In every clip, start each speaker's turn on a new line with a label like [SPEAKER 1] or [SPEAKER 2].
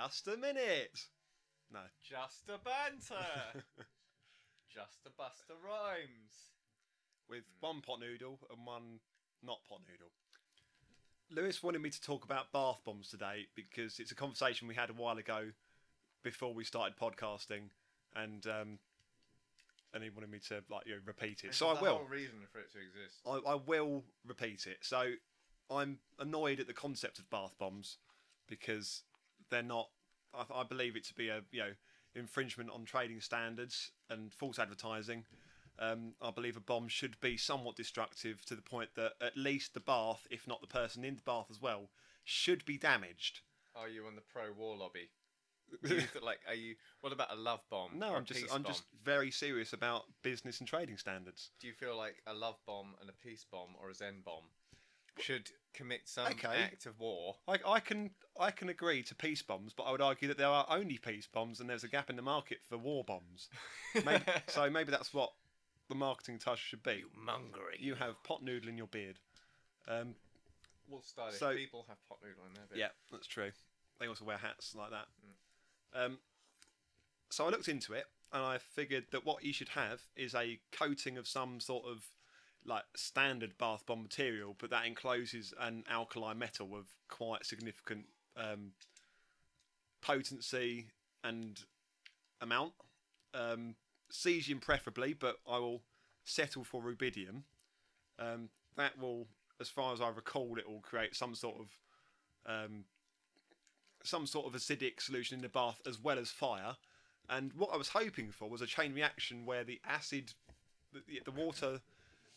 [SPEAKER 1] just a minute. No.
[SPEAKER 2] Just a banter. Just a Buster Rhymes.
[SPEAKER 1] with one pot noodle and one not pot noodle. Lewis wanted me to talk about bath bombs today because it's a conversation we had a while ago before we started podcasting, and um, and he wanted me to like you know, repeat it. So
[SPEAKER 2] This is
[SPEAKER 1] I
[SPEAKER 2] the whole
[SPEAKER 1] will.
[SPEAKER 2] reason for it to exist.
[SPEAKER 1] I, I will repeat it. So I'm annoyed at the concept of bath bombs because they're not. I, I believe it to be a you know infringement on trading standards and false advertising. Um, I believe a bomb should be somewhat destructive to the point that at least the bath, if not the person in the bath as well, should be damaged.
[SPEAKER 2] Are you on the pro war lobby? Do you feel like, are you? What about a love bomb?
[SPEAKER 1] No,
[SPEAKER 2] or a
[SPEAKER 1] I'm just
[SPEAKER 2] peace
[SPEAKER 1] I'm
[SPEAKER 2] bomb?
[SPEAKER 1] just very serious about business and trading standards.
[SPEAKER 2] Do you feel like a love bomb and a peace bomb or a zen bomb should commit some
[SPEAKER 1] Okay.
[SPEAKER 2] act of war?
[SPEAKER 1] I, I can I can agree to peace bombs, but I would argue that there are only peace bombs, and there's a gap in the market for war bombs. Maybe, so maybe that's what the marketing touch should be.
[SPEAKER 2] Mongering.
[SPEAKER 1] You have pot noodle in your beard.
[SPEAKER 2] We'll start it.
[SPEAKER 1] So-
[SPEAKER 2] People have pot noodle in their bit.
[SPEAKER 1] Yeah, that's true. They also wear hats like that. Um, so I looked into it and I figured that what you should have is a coating of some sort of like standard bath bomb material, but that encloses an alkali metal of quite significant um, potency and amount. Um, cesium preferably, but I will settle for rubidium. Um, that will, as far as I recall, it will create some sort of um, some sort of acidic solution in the bath as well as fire. And what I was hoping for was a chain reaction where the acid, the, the water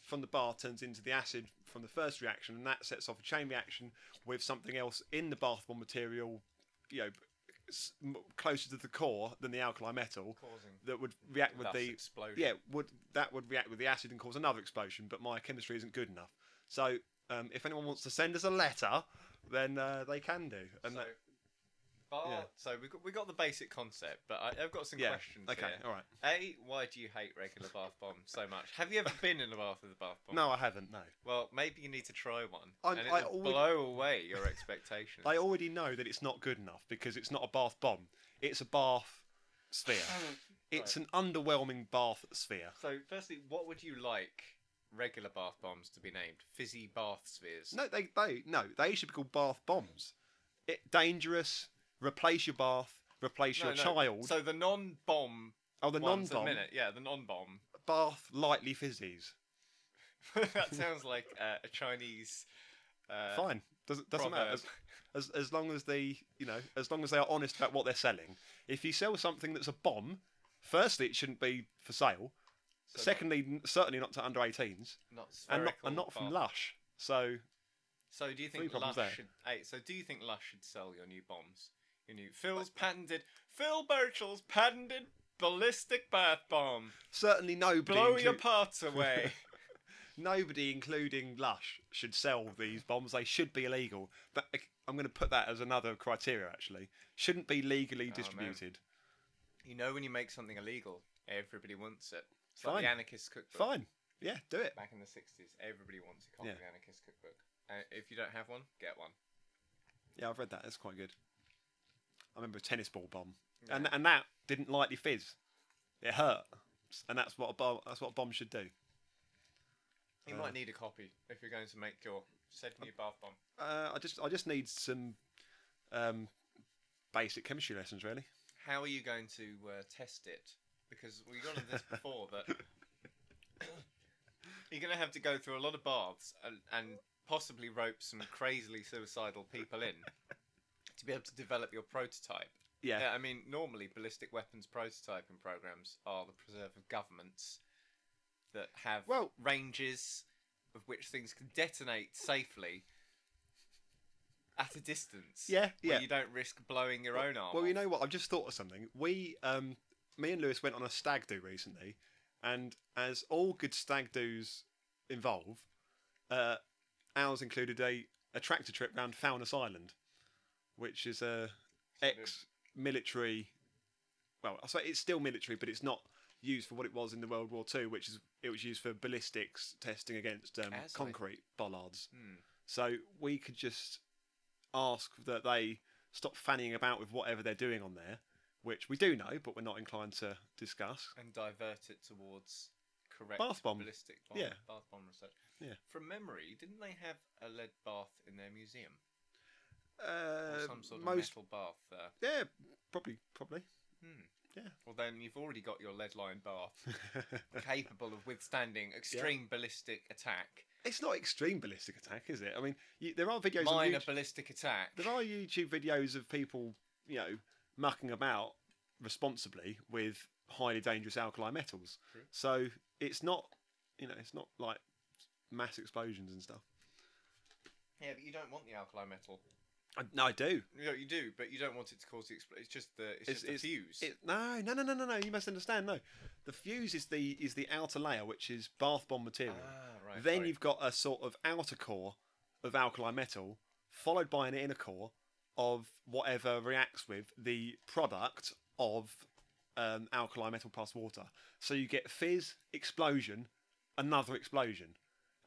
[SPEAKER 1] from the bath turns into the acid from the first reaction, and that sets off a chain reaction with something else in the bath bomb material, you know, s- m- closer to the core than the alkali metal,
[SPEAKER 2] Causing
[SPEAKER 1] that would react with
[SPEAKER 2] thus
[SPEAKER 1] the
[SPEAKER 2] explosion.
[SPEAKER 1] Yeah, would that would react with the acid and cause another explosion? But my chemistry isn't good enough. So um, if anyone wants to send us a letter, then uh, they can do. And
[SPEAKER 2] So,
[SPEAKER 1] that-
[SPEAKER 2] bar-
[SPEAKER 1] Yeah.
[SPEAKER 2] so we got we got the basic concept, but I, I've got some
[SPEAKER 1] Yeah,
[SPEAKER 2] questions.
[SPEAKER 1] okay,
[SPEAKER 2] here.
[SPEAKER 1] all right.
[SPEAKER 2] A, why do you hate regular bath bombs so much? Have you ever been in a bath with a bath bomb?
[SPEAKER 1] No, I haven't. No,
[SPEAKER 2] Well, maybe you need to try one,
[SPEAKER 1] I'm-
[SPEAKER 2] and
[SPEAKER 1] I
[SPEAKER 2] it'll
[SPEAKER 1] always-
[SPEAKER 2] blow away your expectations.
[SPEAKER 1] I already know that it's not good enough because it's not a bath bomb. It's a bath sphere. It's an underwhelming bath sphere.
[SPEAKER 2] so, firstly, what would you like regular bath bombs to be named? Fizzy bath spheres.
[SPEAKER 1] No, they they no, they should be called bath bombs. It, dangerous. Replace your bath. Replace your
[SPEAKER 2] No, no.
[SPEAKER 1] child.
[SPEAKER 2] So the non-bomb.
[SPEAKER 1] oh, the
[SPEAKER 2] ones at
[SPEAKER 1] non-bomb
[SPEAKER 2] minute, yeah, the non-bomb.
[SPEAKER 1] bath lightly fizzies.
[SPEAKER 2] that sounds like uh, a Chinese. uh,
[SPEAKER 1] Fine, doesn't doesn't matter. As,
[SPEAKER 2] proverb.
[SPEAKER 1] as as long as they you know as long as they are honest about what they're selling. If you sell something that's a bomb, firstly it shouldn't be for sale. Secondly, n certainly not to under 18s.
[SPEAKER 2] Not
[SPEAKER 1] and not,
[SPEAKER 2] spherical
[SPEAKER 1] and not from
[SPEAKER 2] bath
[SPEAKER 1] Lush. So
[SPEAKER 2] So do you think
[SPEAKER 1] Three problems
[SPEAKER 2] Lush
[SPEAKER 1] there.
[SPEAKER 2] should? Hey, so do you think Lush should sell your new bombs? Your new Phil's patented Phil Birchall's patented ballistic bath bomb.
[SPEAKER 1] certainly nobody,
[SPEAKER 2] Blow
[SPEAKER 1] inclu-
[SPEAKER 2] your parts away.
[SPEAKER 1] nobody, including Lush, should sell these bombs. They should be illegal. But I'm going to put that as another criteria. Actually, shouldn't be legally distributed.
[SPEAKER 2] you know when you make something illegal, everybody wants it. It's like
[SPEAKER 1] Fine.
[SPEAKER 2] the anarchist cookbook.
[SPEAKER 1] Fine, yeah, do it.
[SPEAKER 2] Back in the sixties, everybody wants a copy
[SPEAKER 1] Yeah.
[SPEAKER 2] of the anarchist cookbook. Uh, if you don't have one, get one.
[SPEAKER 1] Yeah, I've read that. That's quite good. I remember a tennis ball bomb, and and that didn't lightly fizz. It hurt, and that's what a bomb. That's what a bomb should do.
[SPEAKER 2] You
[SPEAKER 1] Uh.
[SPEAKER 2] might need a copy if you're going to make your said new bath bomb.
[SPEAKER 1] Uh, I just I just need some um, basic chemistry lessons, really.
[SPEAKER 2] how are you going to uh, test it? Because we got into this before that you're going to have to go through a lot of baths and, and possibly rope some crazily suicidal people in to be able to develop your prototype.
[SPEAKER 1] Yeah.
[SPEAKER 2] I mean, normally ballistic weapons prototyping programs are the preserve of governments that have
[SPEAKER 1] Well-
[SPEAKER 2] ranges of which things can detonate safely at a distance.
[SPEAKER 1] Yeah,
[SPEAKER 2] where
[SPEAKER 1] yeah.
[SPEAKER 2] You don't risk blowing your own arm.
[SPEAKER 1] Well, you
[SPEAKER 2] off.
[SPEAKER 1] know what? I've just thought of something. We, um, me and Lewis went on a stag do recently, and as all good stag do's involve, uh, ours included a, a tractor trip round Foulness Island, which is a ex-military. Well, I say it's still military, but it's not used for what it was in the World War Two, which is it was used for ballistics testing against um,
[SPEAKER 2] As I- Hmm.
[SPEAKER 1] concrete bollards. So we could just ask that they stop fannying about with whatever they're doing on there, which we do know, but we're not inclined to discuss.
[SPEAKER 2] and divert it towards correct
[SPEAKER 1] Bath bomb.
[SPEAKER 2] ballistic bomb,
[SPEAKER 1] Yeah.
[SPEAKER 2] bath bomb research.
[SPEAKER 1] Yeah.
[SPEAKER 2] From memory, didn't they have a lead bath in their museum or
[SPEAKER 1] Uh,
[SPEAKER 2] some sort of
[SPEAKER 1] most,
[SPEAKER 2] metal bath there?
[SPEAKER 1] yeah, probably, probably.
[SPEAKER 2] Hmm.
[SPEAKER 1] Yeah.
[SPEAKER 2] Well, then you've already got your lead-lined bath capable of withstanding extreme ballistic attack,
[SPEAKER 1] it's not extreme ballistic attack, is it? I mean, you, there are videos. on
[SPEAKER 2] minor
[SPEAKER 1] YouTube,
[SPEAKER 2] ballistic attack.
[SPEAKER 1] there are YouTube videos of people, you know, mucking about responsibly with highly dangerous alkali metals.
[SPEAKER 2] True.
[SPEAKER 1] So it's not, you know, it's not like mass explosions and stuff.
[SPEAKER 2] Yeah, but you don't want the alkali metal.
[SPEAKER 1] I, no, I do.
[SPEAKER 2] You, know, you do, but you don't want it to cause the expl- It's just the it's,
[SPEAKER 1] It's-
[SPEAKER 2] just the
[SPEAKER 1] it's-
[SPEAKER 2] fuse.
[SPEAKER 1] It, no, no, no, no, no, no. You must understand. No, the fuse is the is the outer layer, which is bath bomb
[SPEAKER 2] ah,
[SPEAKER 1] material.
[SPEAKER 2] right.
[SPEAKER 1] then
[SPEAKER 2] sorry.
[SPEAKER 1] you've got a sort of outer core of alkali metal, followed by an inner core of whatever reacts with the product of um, alkali metal plus water. So you get fizz, explosion, another explosion.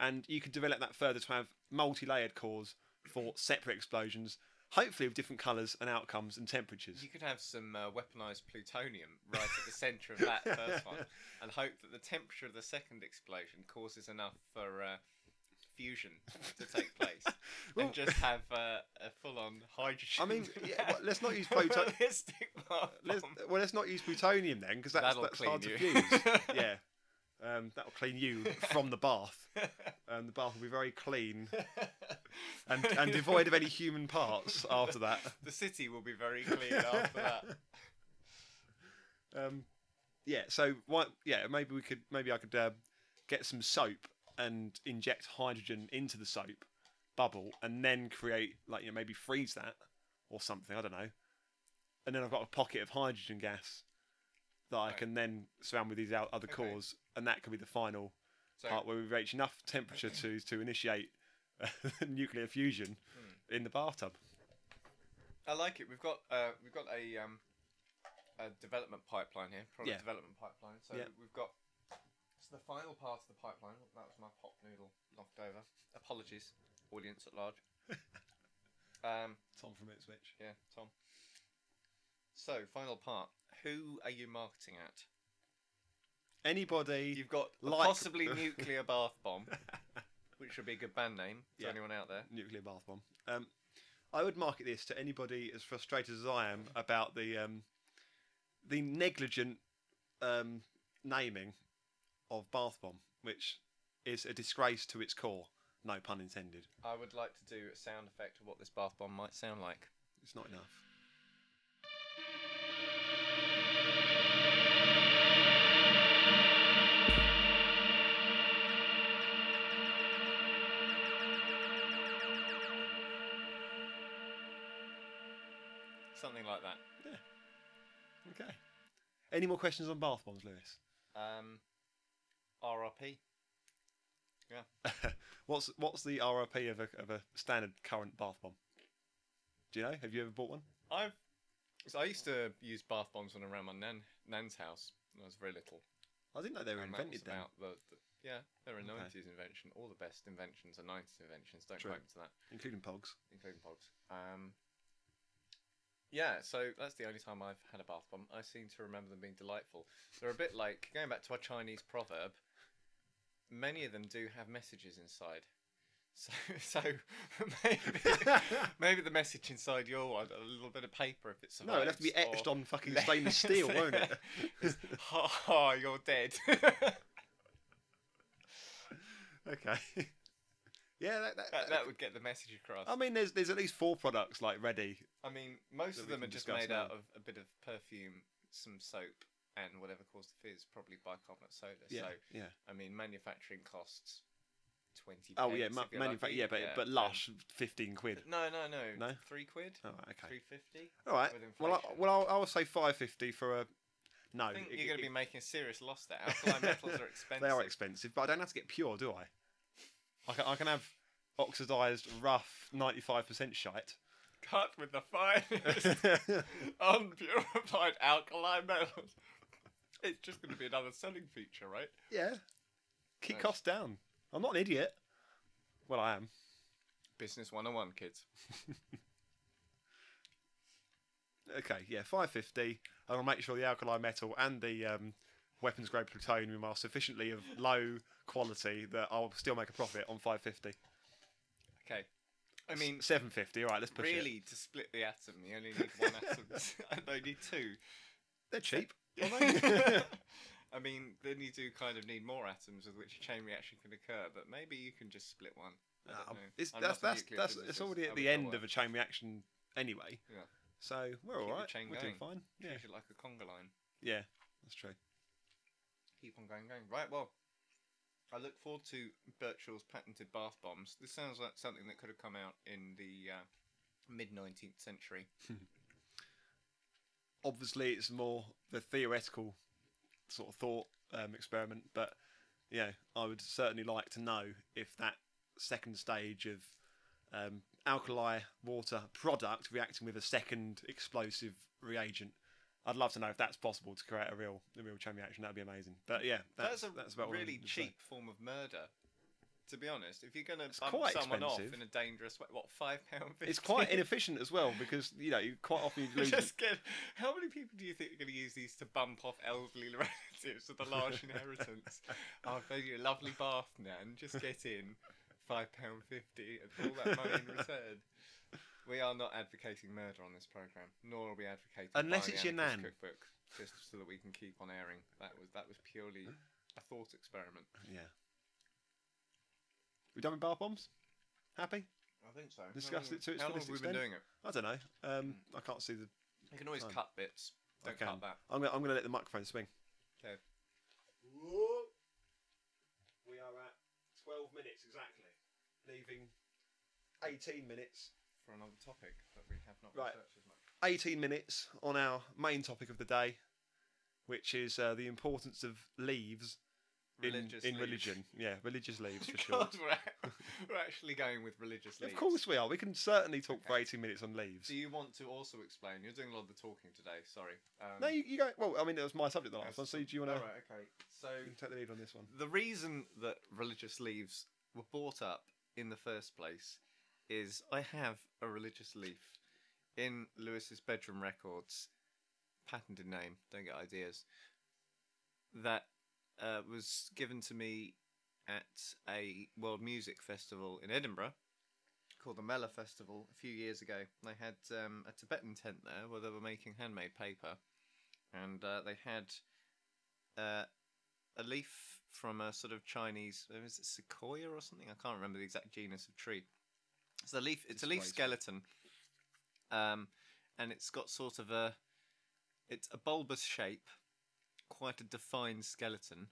[SPEAKER 1] And you could develop that further to have multi layered cores for separate explosions, hopefully with different colours and outcomes and temperatures.
[SPEAKER 2] You could have some uh, weaponized plutonium right at the center of that first one, and hope that the temperature of the second explosion causes enough for uh, fusion to take place,
[SPEAKER 1] Well-
[SPEAKER 2] and just have uh, a full-on hydrogen.
[SPEAKER 1] I mean, yeah, well, let's not use pluto-
[SPEAKER 2] ballistic bath
[SPEAKER 1] Let's,
[SPEAKER 2] bomb.
[SPEAKER 1] well, let's not use plutonium then, because that's,
[SPEAKER 2] That'll
[SPEAKER 1] that's
[SPEAKER 2] clean
[SPEAKER 1] hard
[SPEAKER 2] you.
[SPEAKER 1] to fuse. yeah, um, that'll clean you from the bath. Um, the bath will be very clean and, and devoid of any human parts after that.
[SPEAKER 2] The city will be very clean after that.
[SPEAKER 1] Um, yeah, so what? Yeah, maybe we could. Maybe I could uh, get some soap and inject hydrogen into the soap bubble, and then create like you know maybe freeze that or something. I don't know. And then I've got a pocket of hydrogen gas that I
[SPEAKER 2] Right.
[SPEAKER 1] can then surround with these out- other
[SPEAKER 2] Okay.
[SPEAKER 1] cores, and that could be the final
[SPEAKER 2] So,
[SPEAKER 1] part where we reach enough temperature to to initiate uh, nuclear fusion in the bathtub.
[SPEAKER 2] I like it. We've got uh, we've got a um, a development pipeline here, product
[SPEAKER 1] Yeah.
[SPEAKER 2] development pipeline. So
[SPEAKER 1] Yeah.
[SPEAKER 2] we've got so the final part of the pipeline. oh, That was my pop noodle knocked over. Apologies, audience at large. um,
[SPEAKER 1] Tom from Ipswich.
[SPEAKER 2] yeah, Tom. So final part. Who are you marketing at?
[SPEAKER 1] Anybody?
[SPEAKER 2] You've got a
[SPEAKER 1] Like-
[SPEAKER 2] possibly nuclear bath bomb, which would be a good band name to
[SPEAKER 1] Yeah.
[SPEAKER 2] anyone out there.
[SPEAKER 1] nuclear bath bomb. Um, I would market this to anybody as frustrated as I am about the um, the negligent um, naming of bath bomb, which is a disgrace to its core. No pun intended.
[SPEAKER 2] I would like to do a sound effect of what this bath bomb might sound like.
[SPEAKER 1] It's not enough.
[SPEAKER 2] Something like that.
[SPEAKER 1] Okay. Any more questions on bath bombs, Lewis?
[SPEAKER 2] Um, RRP.
[SPEAKER 1] what's what's the RRP of a of a standard current bath bomb? Do you know? Have you ever bought one?
[SPEAKER 2] I've. So I used to use bath bombs when around my nan nan's house when I was very little.
[SPEAKER 1] I didn't know they were
[SPEAKER 2] and that
[SPEAKER 1] invented
[SPEAKER 2] was
[SPEAKER 1] then.
[SPEAKER 2] about the, the yeah, they're a
[SPEAKER 1] Okay.
[SPEAKER 2] nineties invention. All the best inventions are nineties inventions. Don't
[SPEAKER 1] True.
[SPEAKER 2] quote me to that,
[SPEAKER 1] including pogs.
[SPEAKER 2] including pogs. Um, yeah, so that's the only time I've had a bath bomb. I seem to remember them being delightful. They're a bit like going back to our Chinese proverb. Many of them do have messages inside. So, so maybe, maybe the message inside your one, a little bit of paper if it's
[SPEAKER 1] No, it'll have to be etched on fucking stainless steel, won't it?
[SPEAKER 2] ha ha, you're dead.
[SPEAKER 1] okay. yeah, that, that,
[SPEAKER 2] that, that would get the message across.
[SPEAKER 1] I mean, there's there's at least four products like ready.
[SPEAKER 2] I mean, most
[SPEAKER 1] that
[SPEAKER 2] of
[SPEAKER 1] we
[SPEAKER 2] them are
[SPEAKER 1] can
[SPEAKER 2] just
[SPEAKER 1] discuss
[SPEAKER 2] made
[SPEAKER 1] now.
[SPEAKER 2] out of a bit of perfume, some soap, and whatever caused the fizz, probably bicarbonate soda.
[SPEAKER 1] Yeah,
[SPEAKER 2] So,
[SPEAKER 1] yeah.
[SPEAKER 2] I mean, manufacturing costs twenty.
[SPEAKER 1] Oh yeah,
[SPEAKER 2] pence
[SPEAKER 1] ma-
[SPEAKER 2] if you're
[SPEAKER 1] manufa-
[SPEAKER 2] lucky.
[SPEAKER 1] yeah, but but
[SPEAKER 2] and-
[SPEAKER 1] lush, fifteen quid.
[SPEAKER 2] No, no, no.
[SPEAKER 1] No?
[SPEAKER 2] Three quid.
[SPEAKER 1] All right, okay.
[SPEAKER 2] Three fifty.
[SPEAKER 1] All right.
[SPEAKER 2] with
[SPEAKER 1] Well, I,
[SPEAKER 2] inflation.
[SPEAKER 1] well, I'll, I'll say five fifty for a. No,
[SPEAKER 2] I think
[SPEAKER 1] it-
[SPEAKER 2] you're going
[SPEAKER 1] it-
[SPEAKER 2] to be making a serious loss there. Alkaline metals are expensive.
[SPEAKER 1] They are expensive, but I don't have to get pure, do I? I can, I can have oxidized, rough, ninety-five percent shite.
[SPEAKER 2] Cut with the finest unpurified alkaline metals. It's just going to be another selling feature, right?
[SPEAKER 1] yeah. Keep
[SPEAKER 2] Nice.
[SPEAKER 1] costs down. I'm not an idiot. Well, I am.
[SPEAKER 2] oh Business 101, kids.
[SPEAKER 1] Okay, yeah, 550. And I'll make sure the alkali metal and the um, weapons grade plutonium are sufficiently of low quality that I'll still make a profit on 550.
[SPEAKER 2] Okay. I mean,
[SPEAKER 1] 750. All right, let's push it.
[SPEAKER 2] really, to split the atom, you only need one atom. no, you need two.
[SPEAKER 1] They're cheap.
[SPEAKER 2] I mean, then you do kind of need more atoms with which a chain reaction can occur, but maybe you can just split one. I don't
[SPEAKER 1] Uh,
[SPEAKER 2] know.
[SPEAKER 1] it's,
[SPEAKER 2] I'm
[SPEAKER 1] that's
[SPEAKER 2] not a
[SPEAKER 1] that's,
[SPEAKER 2] nuclear
[SPEAKER 1] that's
[SPEAKER 2] physicist.
[SPEAKER 1] it's already
[SPEAKER 2] I
[SPEAKER 1] at the
[SPEAKER 2] would not
[SPEAKER 1] end of
[SPEAKER 2] work.
[SPEAKER 1] a chain reaction anyway.
[SPEAKER 2] Yeah.
[SPEAKER 1] So we're
[SPEAKER 2] Keep
[SPEAKER 1] all
[SPEAKER 2] the
[SPEAKER 1] right.
[SPEAKER 2] chain
[SPEAKER 1] We're doing fine. Yeah,
[SPEAKER 2] Treat it like a conga line.
[SPEAKER 1] yeah, that's true.
[SPEAKER 2] Keep on going, going. Right, well, I look forward to Birchall's patented bath bombs. This sounds like something that could have come out in the uh, mid 19th century.
[SPEAKER 1] Obviously, it's more the theoretical sort of thought um, experiment, but yeah, I would certainly like to know if that second stage of um, alkali water product reacting with a second explosive reagent. I'd love to know if that's possible to create a real, a real chain reaction. That'd be amazing. But yeah, that's
[SPEAKER 2] That's, a
[SPEAKER 1] that's about all I
[SPEAKER 2] really
[SPEAKER 1] would say.
[SPEAKER 2] cheap form of murder. To be honest, if you're going to
[SPEAKER 1] It's
[SPEAKER 2] bump
[SPEAKER 1] quite
[SPEAKER 2] someone
[SPEAKER 1] expensive.
[SPEAKER 2] off in a dangerous way, what five pound?
[SPEAKER 1] It's quite inefficient as well because you know you quite often you lose.
[SPEAKER 2] Just get, how many people do you think are going to use these to bump off elderly relatives with a large inheritance? oh, I've made you a lovely bath, Nan. Just get in, five pound fifty, and all that money in return. We are not advocating murder on this program, nor are we advocating
[SPEAKER 1] Unless
[SPEAKER 2] buying
[SPEAKER 1] it's
[SPEAKER 2] the
[SPEAKER 1] your
[SPEAKER 2] Anarchist
[SPEAKER 1] nan.
[SPEAKER 2] cookbook, just so that we can keep on airing. That was that was purely a thought experiment.
[SPEAKER 1] yeah. We done with bath bombs? Happy?
[SPEAKER 2] I think so.
[SPEAKER 1] Discussed it to its
[SPEAKER 2] How long
[SPEAKER 1] fullest
[SPEAKER 2] have we been
[SPEAKER 1] extent?
[SPEAKER 2] doing it?
[SPEAKER 1] I don't know. Um, I can't see the.
[SPEAKER 2] You can always
[SPEAKER 1] Fine.
[SPEAKER 2] cut bits. Don't
[SPEAKER 1] Okay.
[SPEAKER 2] cut that.
[SPEAKER 1] I'm gonna, I'm gonna let the microphone swing.
[SPEAKER 2] Okay.
[SPEAKER 1] We are at 12 minutes exactly, leaving 18 minutes.
[SPEAKER 2] For another topic that we have not
[SPEAKER 1] Right.
[SPEAKER 2] researched as much.
[SPEAKER 1] 18 minutes on our main topic of the day, which is uh, the importance of leaves in,
[SPEAKER 2] Religious
[SPEAKER 1] in
[SPEAKER 2] leaves.
[SPEAKER 1] religion. Yeah, religious leaves for sure.
[SPEAKER 2] God, we're, act- we're actually going with religious leaves.
[SPEAKER 1] Of course we are. We can certainly talk for
[SPEAKER 2] Okay.
[SPEAKER 1] 18 minutes on leaves.
[SPEAKER 2] Do you want to also explain? You're doing a lot of the talking today. Sorry. Um,
[SPEAKER 1] no, you, you go. Well, I mean, it was my subject the last
[SPEAKER 2] that's-
[SPEAKER 1] one, so do you want to
[SPEAKER 2] All right. Okay. So
[SPEAKER 1] take the lead on this one?
[SPEAKER 2] the reason that religious leaves were brought up in the first place is I have a religious leaf in Lewis's bedroom records, patented name. Don't get ideas. That uh, was given to me at a world music festival in Edinburgh called the Mela Festival a few years ago. They had um, a Tibetan tent there where they were making handmade paper, and uh, they had uh, a leaf from a sort of Chinese was it sequoia or something? I can't remember the exact genus of tree. It's a leaf. It's a leaf
[SPEAKER 1] Disgraceful.
[SPEAKER 2] skeleton, um, and it's got sort of a it's a bulbous shape, quite a defined skeleton,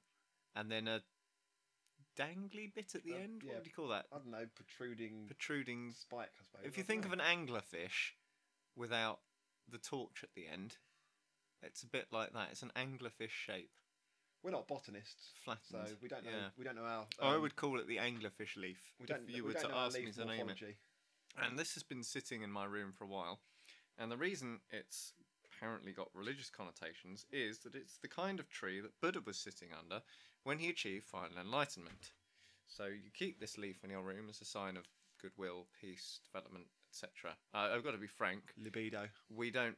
[SPEAKER 2] and then a dangly bit at the
[SPEAKER 1] Uh,
[SPEAKER 2] end.
[SPEAKER 1] yeah.
[SPEAKER 2] What would you call that?
[SPEAKER 1] I don't know, protruding
[SPEAKER 2] Protruding
[SPEAKER 1] spike, I suppose.
[SPEAKER 2] if you think of an anglerfish without the torch at the end, it's a bit like that. It's an anglerfish shape,
[SPEAKER 1] we're not botanists, so
[SPEAKER 2] flattened.
[SPEAKER 1] we don't know.
[SPEAKER 2] Yeah.
[SPEAKER 1] We don't know our.
[SPEAKER 2] I
[SPEAKER 1] um,
[SPEAKER 2] would call it the anglerfish leaf
[SPEAKER 1] We don't.
[SPEAKER 2] if you
[SPEAKER 1] we
[SPEAKER 2] were
[SPEAKER 1] don't
[SPEAKER 2] to
[SPEAKER 1] know our
[SPEAKER 2] ask me
[SPEAKER 1] leaf
[SPEAKER 2] to name uh, it.
[SPEAKER 1] morphology.
[SPEAKER 2] And this has been sitting in my room for a while. And the reason it's apparently got religious connotations is that it's the kind of tree that Buddha was sitting under when he achieved final enlightenment. So you keep this leaf in your room as a sign of goodwill, peace, development, etc. Uh, I've got to be frank
[SPEAKER 1] Libido.
[SPEAKER 2] we don't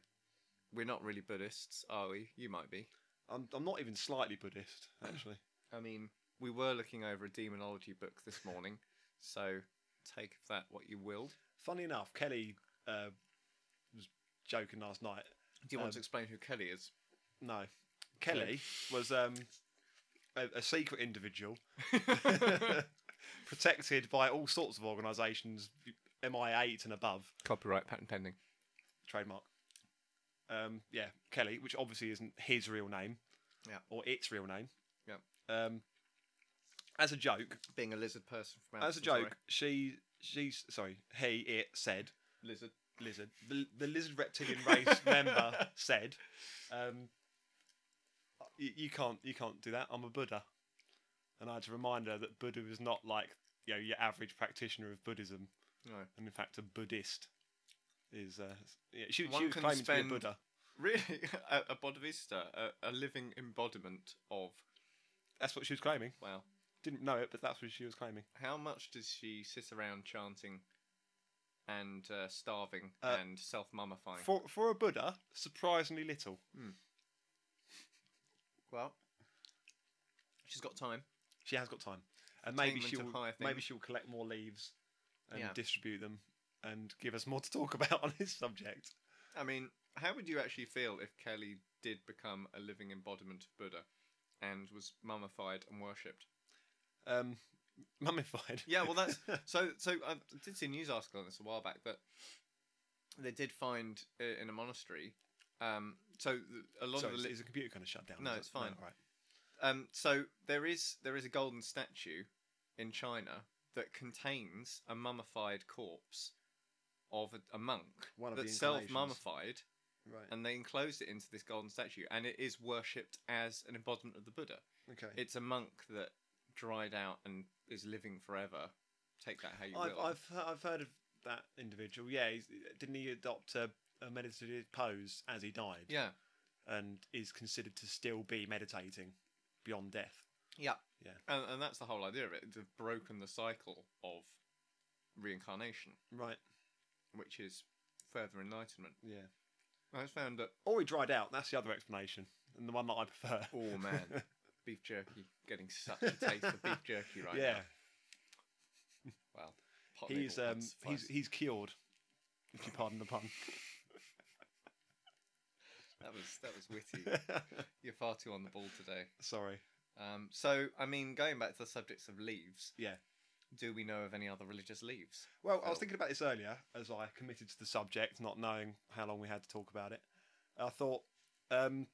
[SPEAKER 2] we're not really buddhists are we you might be
[SPEAKER 1] I'm, I'm not even slightly Buddhist, actually.
[SPEAKER 2] i mean we were looking over a demonology book this morning so take of that what you will
[SPEAKER 1] Funny enough, Kelly uh, was joking last night.
[SPEAKER 2] do you want
[SPEAKER 1] Um,
[SPEAKER 2] to explain who kelly is
[SPEAKER 1] No, Kelly was um, a, a secret individual protected by all sorts of organisations, MI8 and above,
[SPEAKER 2] copyright patent pending
[SPEAKER 1] trademark. Um, yeah, Kelly, which obviously isn't his real name,
[SPEAKER 2] Yeah.
[SPEAKER 1] or its real name.
[SPEAKER 2] Yeah.
[SPEAKER 1] Um, as a joke,
[SPEAKER 2] being a lizard person from
[SPEAKER 1] as a
[SPEAKER 2] Amsterdam,
[SPEAKER 1] joke, she, she's sorry, he, it said
[SPEAKER 2] sorry. lizard
[SPEAKER 1] lizard, the, the lizard reptilian race member said, um, you, "You can't, you can't do that. I'm a Buddha," and I had to remind her that Buddha was not like you know your average practitioner of Buddhism,
[SPEAKER 2] no
[SPEAKER 1] and in fact a Buddhist is. Uh, yeah, she,
[SPEAKER 2] One
[SPEAKER 1] she was
[SPEAKER 2] can
[SPEAKER 1] claiming to be a
[SPEAKER 2] spend-
[SPEAKER 1] Buddha.
[SPEAKER 2] really a, a bodavista a, a living embodiment of
[SPEAKER 1] That's what she was claiming.
[SPEAKER 2] well
[SPEAKER 1] Didn't know it, but that's what she was claiming.
[SPEAKER 2] how much does she sit around chanting and uh, starving
[SPEAKER 1] Uh,
[SPEAKER 2] and self mummifying.
[SPEAKER 1] For for a Buddha, surprisingly little.
[SPEAKER 2] well, she's got time.
[SPEAKER 1] She has got time, and maybe
[SPEAKER 2] Attainment
[SPEAKER 1] she'll
[SPEAKER 2] of higher
[SPEAKER 1] maybe
[SPEAKER 2] things.
[SPEAKER 1] she'll collect more leaves and
[SPEAKER 2] Yeah.
[SPEAKER 1] distribute them and give us more to talk about on this subject.
[SPEAKER 2] I mean, how would you actually feel if Kelly did become a living embodiment of Buddha and was mummified and worshipped?
[SPEAKER 1] Um, mummified.
[SPEAKER 2] Yeah, well, that's so. So I did see a news article on this a while back, but they did find uh, in a monastery. Um, so th- a lot
[SPEAKER 1] Sorry,
[SPEAKER 2] of the
[SPEAKER 1] is,
[SPEAKER 2] li-
[SPEAKER 1] is the computer kind of shut down?
[SPEAKER 2] No,
[SPEAKER 1] Is it-
[SPEAKER 2] it's fine.
[SPEAKER 1] right.
[SPEAKER 2] Um, so there is there is a golden statue in China that contains a mummified corpse of a, a monk
[SPEAKER 1] One of the
[SPEAKER 2] that's
[SPEAKER 1] incarnations.
[SPEAKER 2] self-mummified,
[SPEAKER 1] Right.
[SPEAKER 2] and they enclosed it into this golden statue, and it is worshipped as an embodiment of the Buddha.
[SPEAKER 1] okay.
[SPEAKER 2] It's a monk that dried out and is living forever. Take that how you
[SPEAKER 1] I've,
[SPEAKER 2] will.
[SPEAKER 1] I've he- I've heard of that individual. Yeah, he's, didn't he adopt a, a meditative pose as he died?
[SPEAKER 2] Yeah,
[SPEAKER 1] and is considered to still be meditating beyond death.
[SPEAKER 2] yeah,
[SPEAKER 1] Yeah.
[SPEAKER 2] and, and that's the whole idea of it. They've broken the cycle of reincarnation,
[SPEAKER 1] Right.
[SPEAKER 2] which is further enlightenment.
[SPEAKER 1] Yeah.
[SPEAKER 2] I just found that
[SPEAKER 1] Or he dried out. That's the other explanation, and the one that I prefer.
[SPEAKER 2] Oh man, beef jerky. Getting such a taste of beef jerky right
[SPEAKER 1] yeah.
[SPEAKER 2] now. Well, pot
[SPEAKER 1] he's
[SPEAKER 2] nibble,
[SPEAKER 1] um
[SPEAKER 2] that's
[SPEAKER 1] he's
[SPEAKER 2] fine.
[SPEAKER 1] he's cured, if you pardon the pun.
[SPEAKER 2] that was that was witty. You're far too on the ball today.
[SPEAKER 1] Sorry.
[SPEAKER 2] Um, so I mean, going back to the subjects of leaves.
[SPEAKER 1] Yeah.
[SPEAKER 2] Do we know of any other religious leaves?
[SPEAKER 1] Well, I was
[SPEAKER 2] Phil.
[SPEAKER 1] thinking about this earlier as I committed to the subject, not knowing how long we had to talk about it. I thought um,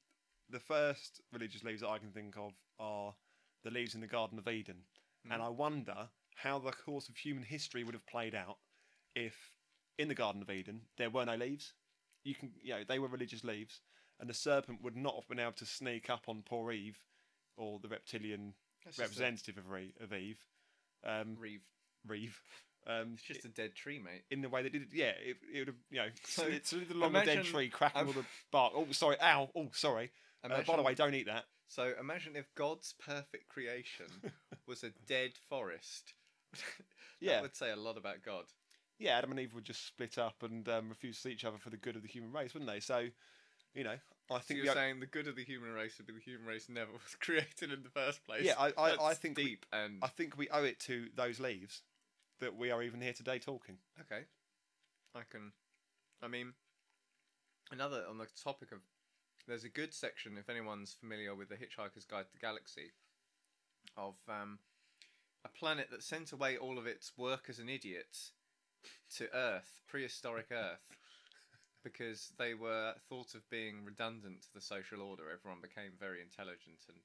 [SPEAKER 1] the first religious leaves that I can think of are the leaves in the Garden of Eden,
[SPEAKER 2] Hmm.
[SPEAKER 1] and I wonder how the course of human history would have played out if, in the Garden of Eden, there were no leaves. You can, you know, they were religious leaves, and the serpent would not have been able to sneak up on poor Eve, or the reptilian
[SPEAKER 2] That's just uh, a
[SPEAKER 1] representative of, Re- of Eve, um,
[SPEAKER 2] reeve.
[SPEAKER 1] Reeve. Um,
[SPEAKER 2] It's just a dead tree, mate.
[SPEAKER 1] in the way they did it. Yeah, it, it would have, you know,
[SPEAKER 2] So,
[SPEAKER 1] slid, slid along the dead
[SPEAKER 2] imagine-
[SPEAKER 1] tree, cracking
[SPEAKER 2] um,
[SPEAKER 1] all the bark. Oh, sorry, ow, oh, sorry. Uh, by the
[SPEAKER 2] Imagine-
[SPEAKER 1] way, don't eat that.
[SPEAKER 2] So imagine if God's perfect creation was a dead forest.
[SPEAKER 1] Yeah.
[SPEAKER 2] that would say a lot about God.
[SPEAKER 1] Yeah, Adam and Eve would just split up and um, refuse to see each other for the good of the human race, wouldn't they? So, you know, I
[SPEAKER 2] So
[SPEAKER 1] think
[SPEAKER 2] you're
[SPEAKER 1] we o-
[SPEAKER 2] saying the good of the human race would be the human race never was created in the first place.
[SPEAKER 1] Yeah, I- I- I
[SPEAKER 2] That's
[SPEAKER 1] think we-
[SPEAKER 2] deep and
[SPEAKER 1] I think we owe it to those leaves that we are even here today talking.
[SPEAKER 2] okay. I can, I mean, another on the topic of there's a good section if anyone's familiar with the Hitchhiker's Guide to the Galaxy, of um, a planet that sent away all of its workers and idiots to Earth, prehistoric Earth. Because they were thought of being redundant to the social order, everyone became very intelligent, and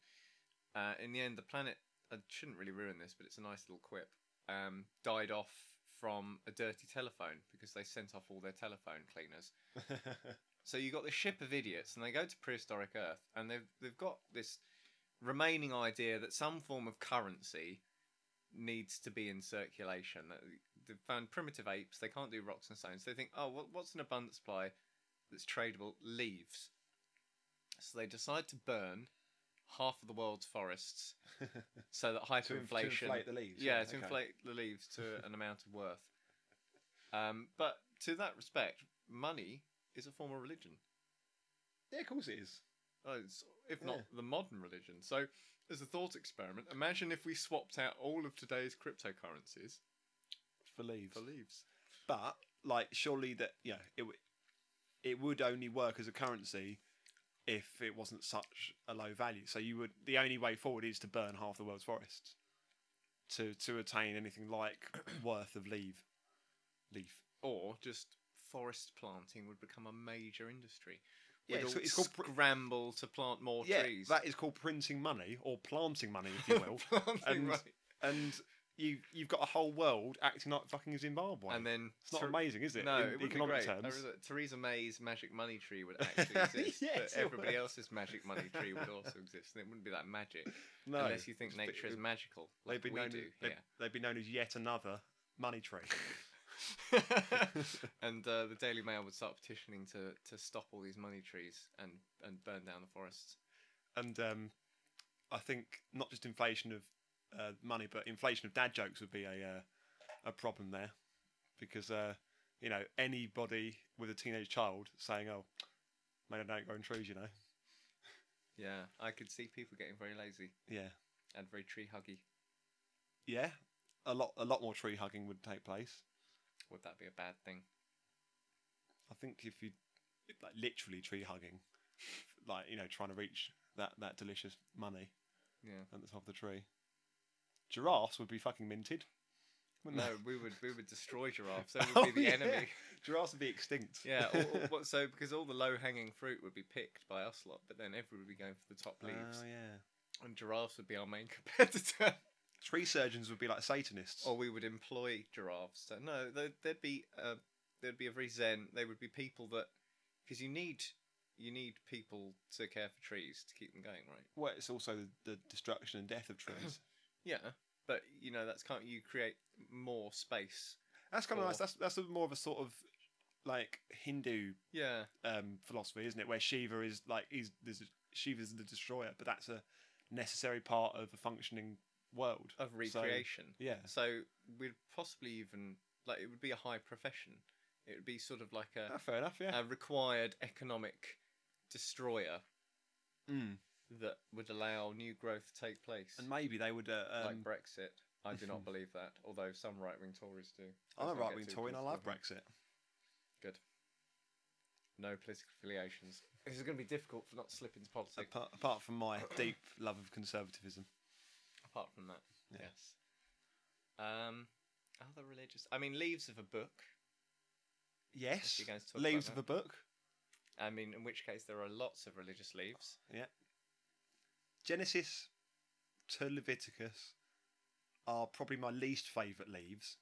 [SPEAKER 2] uh, in the end, the planet I shouldn't really ruin this, but it's a nice little quip. Um, died off from a dirty telephone because they sent off all their telephone cleaners. So you got this ship of idiots, and they go to prehistoric Earth, and they've they've got this remaining idea that some form of currency needs to be in circulation. That They've found primitive apes; they can't do rocks and stones. They think, oh, wha- what's an abundant supply that's tradable? Leaves. So they decide to burn half of the world's forests so that
[SPEAKER 1] To inf-
[SPEAKER 2] hyperinflation
[SPEAKER 1] To inflate the leaves.
[SPEAKER 2] yeah, to
[SPEAKER 1] okay.
[SPEAKER 2] inflate the leaves to an amount of worth. Um, but to that respect, money is a form of religion.
[SPEAKER 1] Yeah, of course it is.
[SPEAKER 2] Oh, it's- if not
[SPEAKER 1] Yeah.
[SPEAKER 2] the modern religion. So, as a thought experiment, imagine if we swapped out all of today's cryptocurrencies
[SPEAKER 1] For leaves.
[SPEAKER 2] for leaves.
[SPEAKER 1] But like, surely that you know it w- it would only work as a currency if it wasn't such a low value. So you would the only way forward is to burn half the world's forests to to attain anything like worth of leave leaf.
[SPEAKER 2] Or just forest planting would become a major industry.
[SPEAKER 1] Yeah,
[SPEAKER 2] We'd
[SPEAKER 1] it's-
[SPEAKER 2] all
[SPEAKER 1] it's called pr-
[SPEAKER 2] scramble to plant more
[SPEAKER 1] yeah,
[SPEAKER 2] trees.
[SPEAKER 1] that is called printing money or planting money, if you will.
[SPEAKER 2] planting,
[SPEAKER 1] and-
[SPEAKER 2] right.
[SPEAKER 1] and you you've got a whole world acting like fucking Zimbabwe.
[SPEAKER 2] and then
[SPEAKER 1] it's not
[SPEAKER 2] Ther-
[SPEAKER 1] amazing, is it?
[SPEAKER 2] No,
[SPEAKER 1] in
[SPEAKER 2] it would be
[SPEAKER 1] economic
[SPEAKER 2] great. I
[SPEAKER 1] terms.
[SPEAKER 2] really- Theresa May's magic money tree would actually exist,
[SPEAKER 1] Yes,
[SPEAKER 2] but
[SPEAKER 1] it
[SPEAKER 2] everybody
[SPEAKER 1] would.
[SPEAKER 2] else's magic money tree would also exist, and it wouldn't be that magic
[SPEAKER 1] no,
[SPEAKER 2] unless you think
[SPEAKER 1] Just think
[SPEAKER 2] nature
[SPEAKER 1] it
[SPEAKER 2] is
[SPEAKER 1] would-
[SPEAKER 2] magical.
[SPEAKER 1] they'd
[SPEAKER 2] Like
[SPEAKER 1] be
[SPEAKER 2] we
[SPEAKER 1] known.
[SPEAKER 2] do
[SPEAKER 1] as- they'd, they'd be known as yet another money tree.
[SPEAKER 2] here. and uh, the Daily Mail would start petitioning to, to stop all these money trees and, and burn down the forests.
[SPEAKER 1] and um, I think not just inflation of uh, money, but inflation of dad jokes would be a uh, a problem there, because uh, you know anybody with a teenage child saying, "Oh, man, I don't grow in trees," you know.
[SPEAKER 2] Yeah, I could see people getting very lazy
[SPEAKER 1] Yeah,
[SPEAKER 2] and very tree huggy.
[SPEAKER 1] yeah. A lot, a lot more tree hugging would take place.
[SPEAKER 2] Would that be a bad thing?
[SPEAKER 1] I think if you like literally tree hugging, like you know, trying to reach that that delicious money
[SPEAKER 2] Yeah.
[SPEAKER 1] at the top of the tree. Giraffes would be fucking minted. wouldn't
[SPEAKER 2] No,
[SPEAKER 1] they?
[SPEAKER 2] we would we would destroy giraffes. They
[SPEAKER 1] Oh,
[SPEAKER 2] would be the
[SPEAKER 1] yeah.
[SPEAKER 2] enemy.
[SPEAKER 1] Giraffes would be extinct.
[SPEAKER 2] Yeah. All, all- what, so because all the low hanging fruit would be picked by us lot, but then everyone would be going for the top
[SPEAKER 1] Oh
[SPEAKER 2] leaves,
[SPEAKER 1] yeah.
[SPEAKER 2] and giraffes would be our main competitor.
[SPEAKER 1] Tree surgeons would be like Satanists.
[SPEAKER 2] or we would employ giraffes. So no, there- there'd be uh, there'd be a very zen. They would be people that because you need you need people to care for trees to keep them going, right?
[SPEAKER 1] Well, it's also the, the destruction and death of trees.
[SPEAKER 2] Yeah, but you know that's kind of you create more space.
[SPEAKER 1] that's kind of
[SPEAKER 2] Or-
[SPEAKER 1] nice. That's that's a more of a sort of like Hindu
[SPEAKER 2] Yeah,
[SPEAKER 1] um, philosophy, isn't it? Where Shiva is like is Shiva's the destroyer, but that's a necessary part of a functioning world.
[SPEAKER 2] of
[SPEAKER 1] So-
[SPEAKER 2] recreation.
[SPEAKER 1] Oh, yeah.
[SPEAKER 2] So, we'd possibly even like it would be a high profession. It would be sort of like
[SPEAKER 1] Ah,
[SPEAKER 2] a,
[SPEAKER 1] fair enough. Yeah.
[SPEAKER 2] a required economic destroyer
[SPEAKER 1] Mm.
[SPEAKER 2] that would allow new growth to take place.
[SPEAKER 1] And maybe they would. Uh, um,
[SPEAKER 2] like Brexit. I do not believe that, although some right wing Tories do.
[SPEAKER 1] I'm a
[SPEAKER 2] Let's not get
[SPEAKER 1] right wing
[SPEAKER 2] too
[SPEAKER 1] Tory, and I love
[SPEAKER 2] political.
[SPEAKER 1] Brexit.
[SPEAKER 2] No political affiliations. This is going to be difficult for not slipping into politics.
[SPEAKER 1] Apart, apart from my deep love of conservatism,
[SPEAKER 2] Apart from that,
[SPEAKER 1] Yeah.
[SPEAKER 2] yes. Um, other religious. I mean, leaves of a book.
[SPEAKER 1] yes.
[SPEAKER 2] you guys talk about
[SPEAKER 1] Leaves of
[SPEAKER 2] that.
[SPEAKER 1] a book.
[SPEAKER 2] I mean, in which case there are lots of religious leaves.
[SPEAKER 1] Genesis to Leviticus are probably my least favourite leaves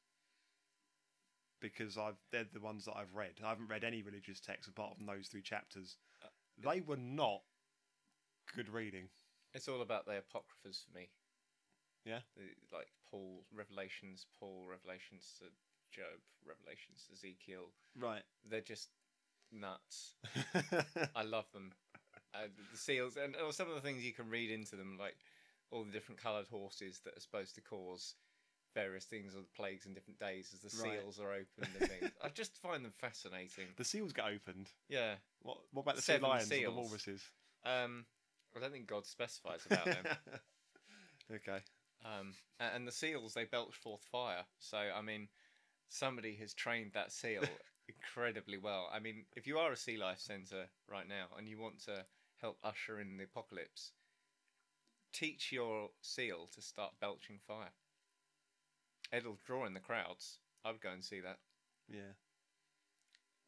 [SPEAKER 1] because I've they're the ones that I've read. I haven't read any religious text apart from those three chapters.
[SPEAKER 2] Uh,
[SPEAKER 1] They were not good reading.
[SPEAKER 2] It's all about the apocryphas for me.
[SPEAKER 1] Yeah?
[SPEAKER 2] The- like Paul, Revelations, Paul, Revelations to Job, Revelations to Ezekiel.
[SPEAKER 1] Right.
[SPEAKER 2] They're just nuts. I love them. Uh, the seals and or some of the things you can read into them, like all the different coloured horses that are supposed to cause various things or the plagues in different days as the
[SPEAKER 1] Right.
[SPEAKER 2] seals are opened and things. I just find them fascinating.
[SPEAKER 1] the seals get opened.
[SPEAKER 2] Yeah.
[SPEAKER 1] What what about the sea
[SPEAKER 2] Seven
[SPEAKER 1] lions and the
[SPEAKER 2] seals.
[SPEAKER 1] walruses?
[SPEAKER 2] Um, I don't think God specifies about them.
[SPEAKER 1] okay.
[SPEAKER 2] Um, a- and the seals they belch forth fire. So I mean, somebody has trained that seal incredibly well. I mean, if you are a sea life centre right now and you want to help usher in the apocalypse, teach your seal to start belching fire. It'll draw in the crowds. I would go and see that.
[SPEAKER 1] Yeah.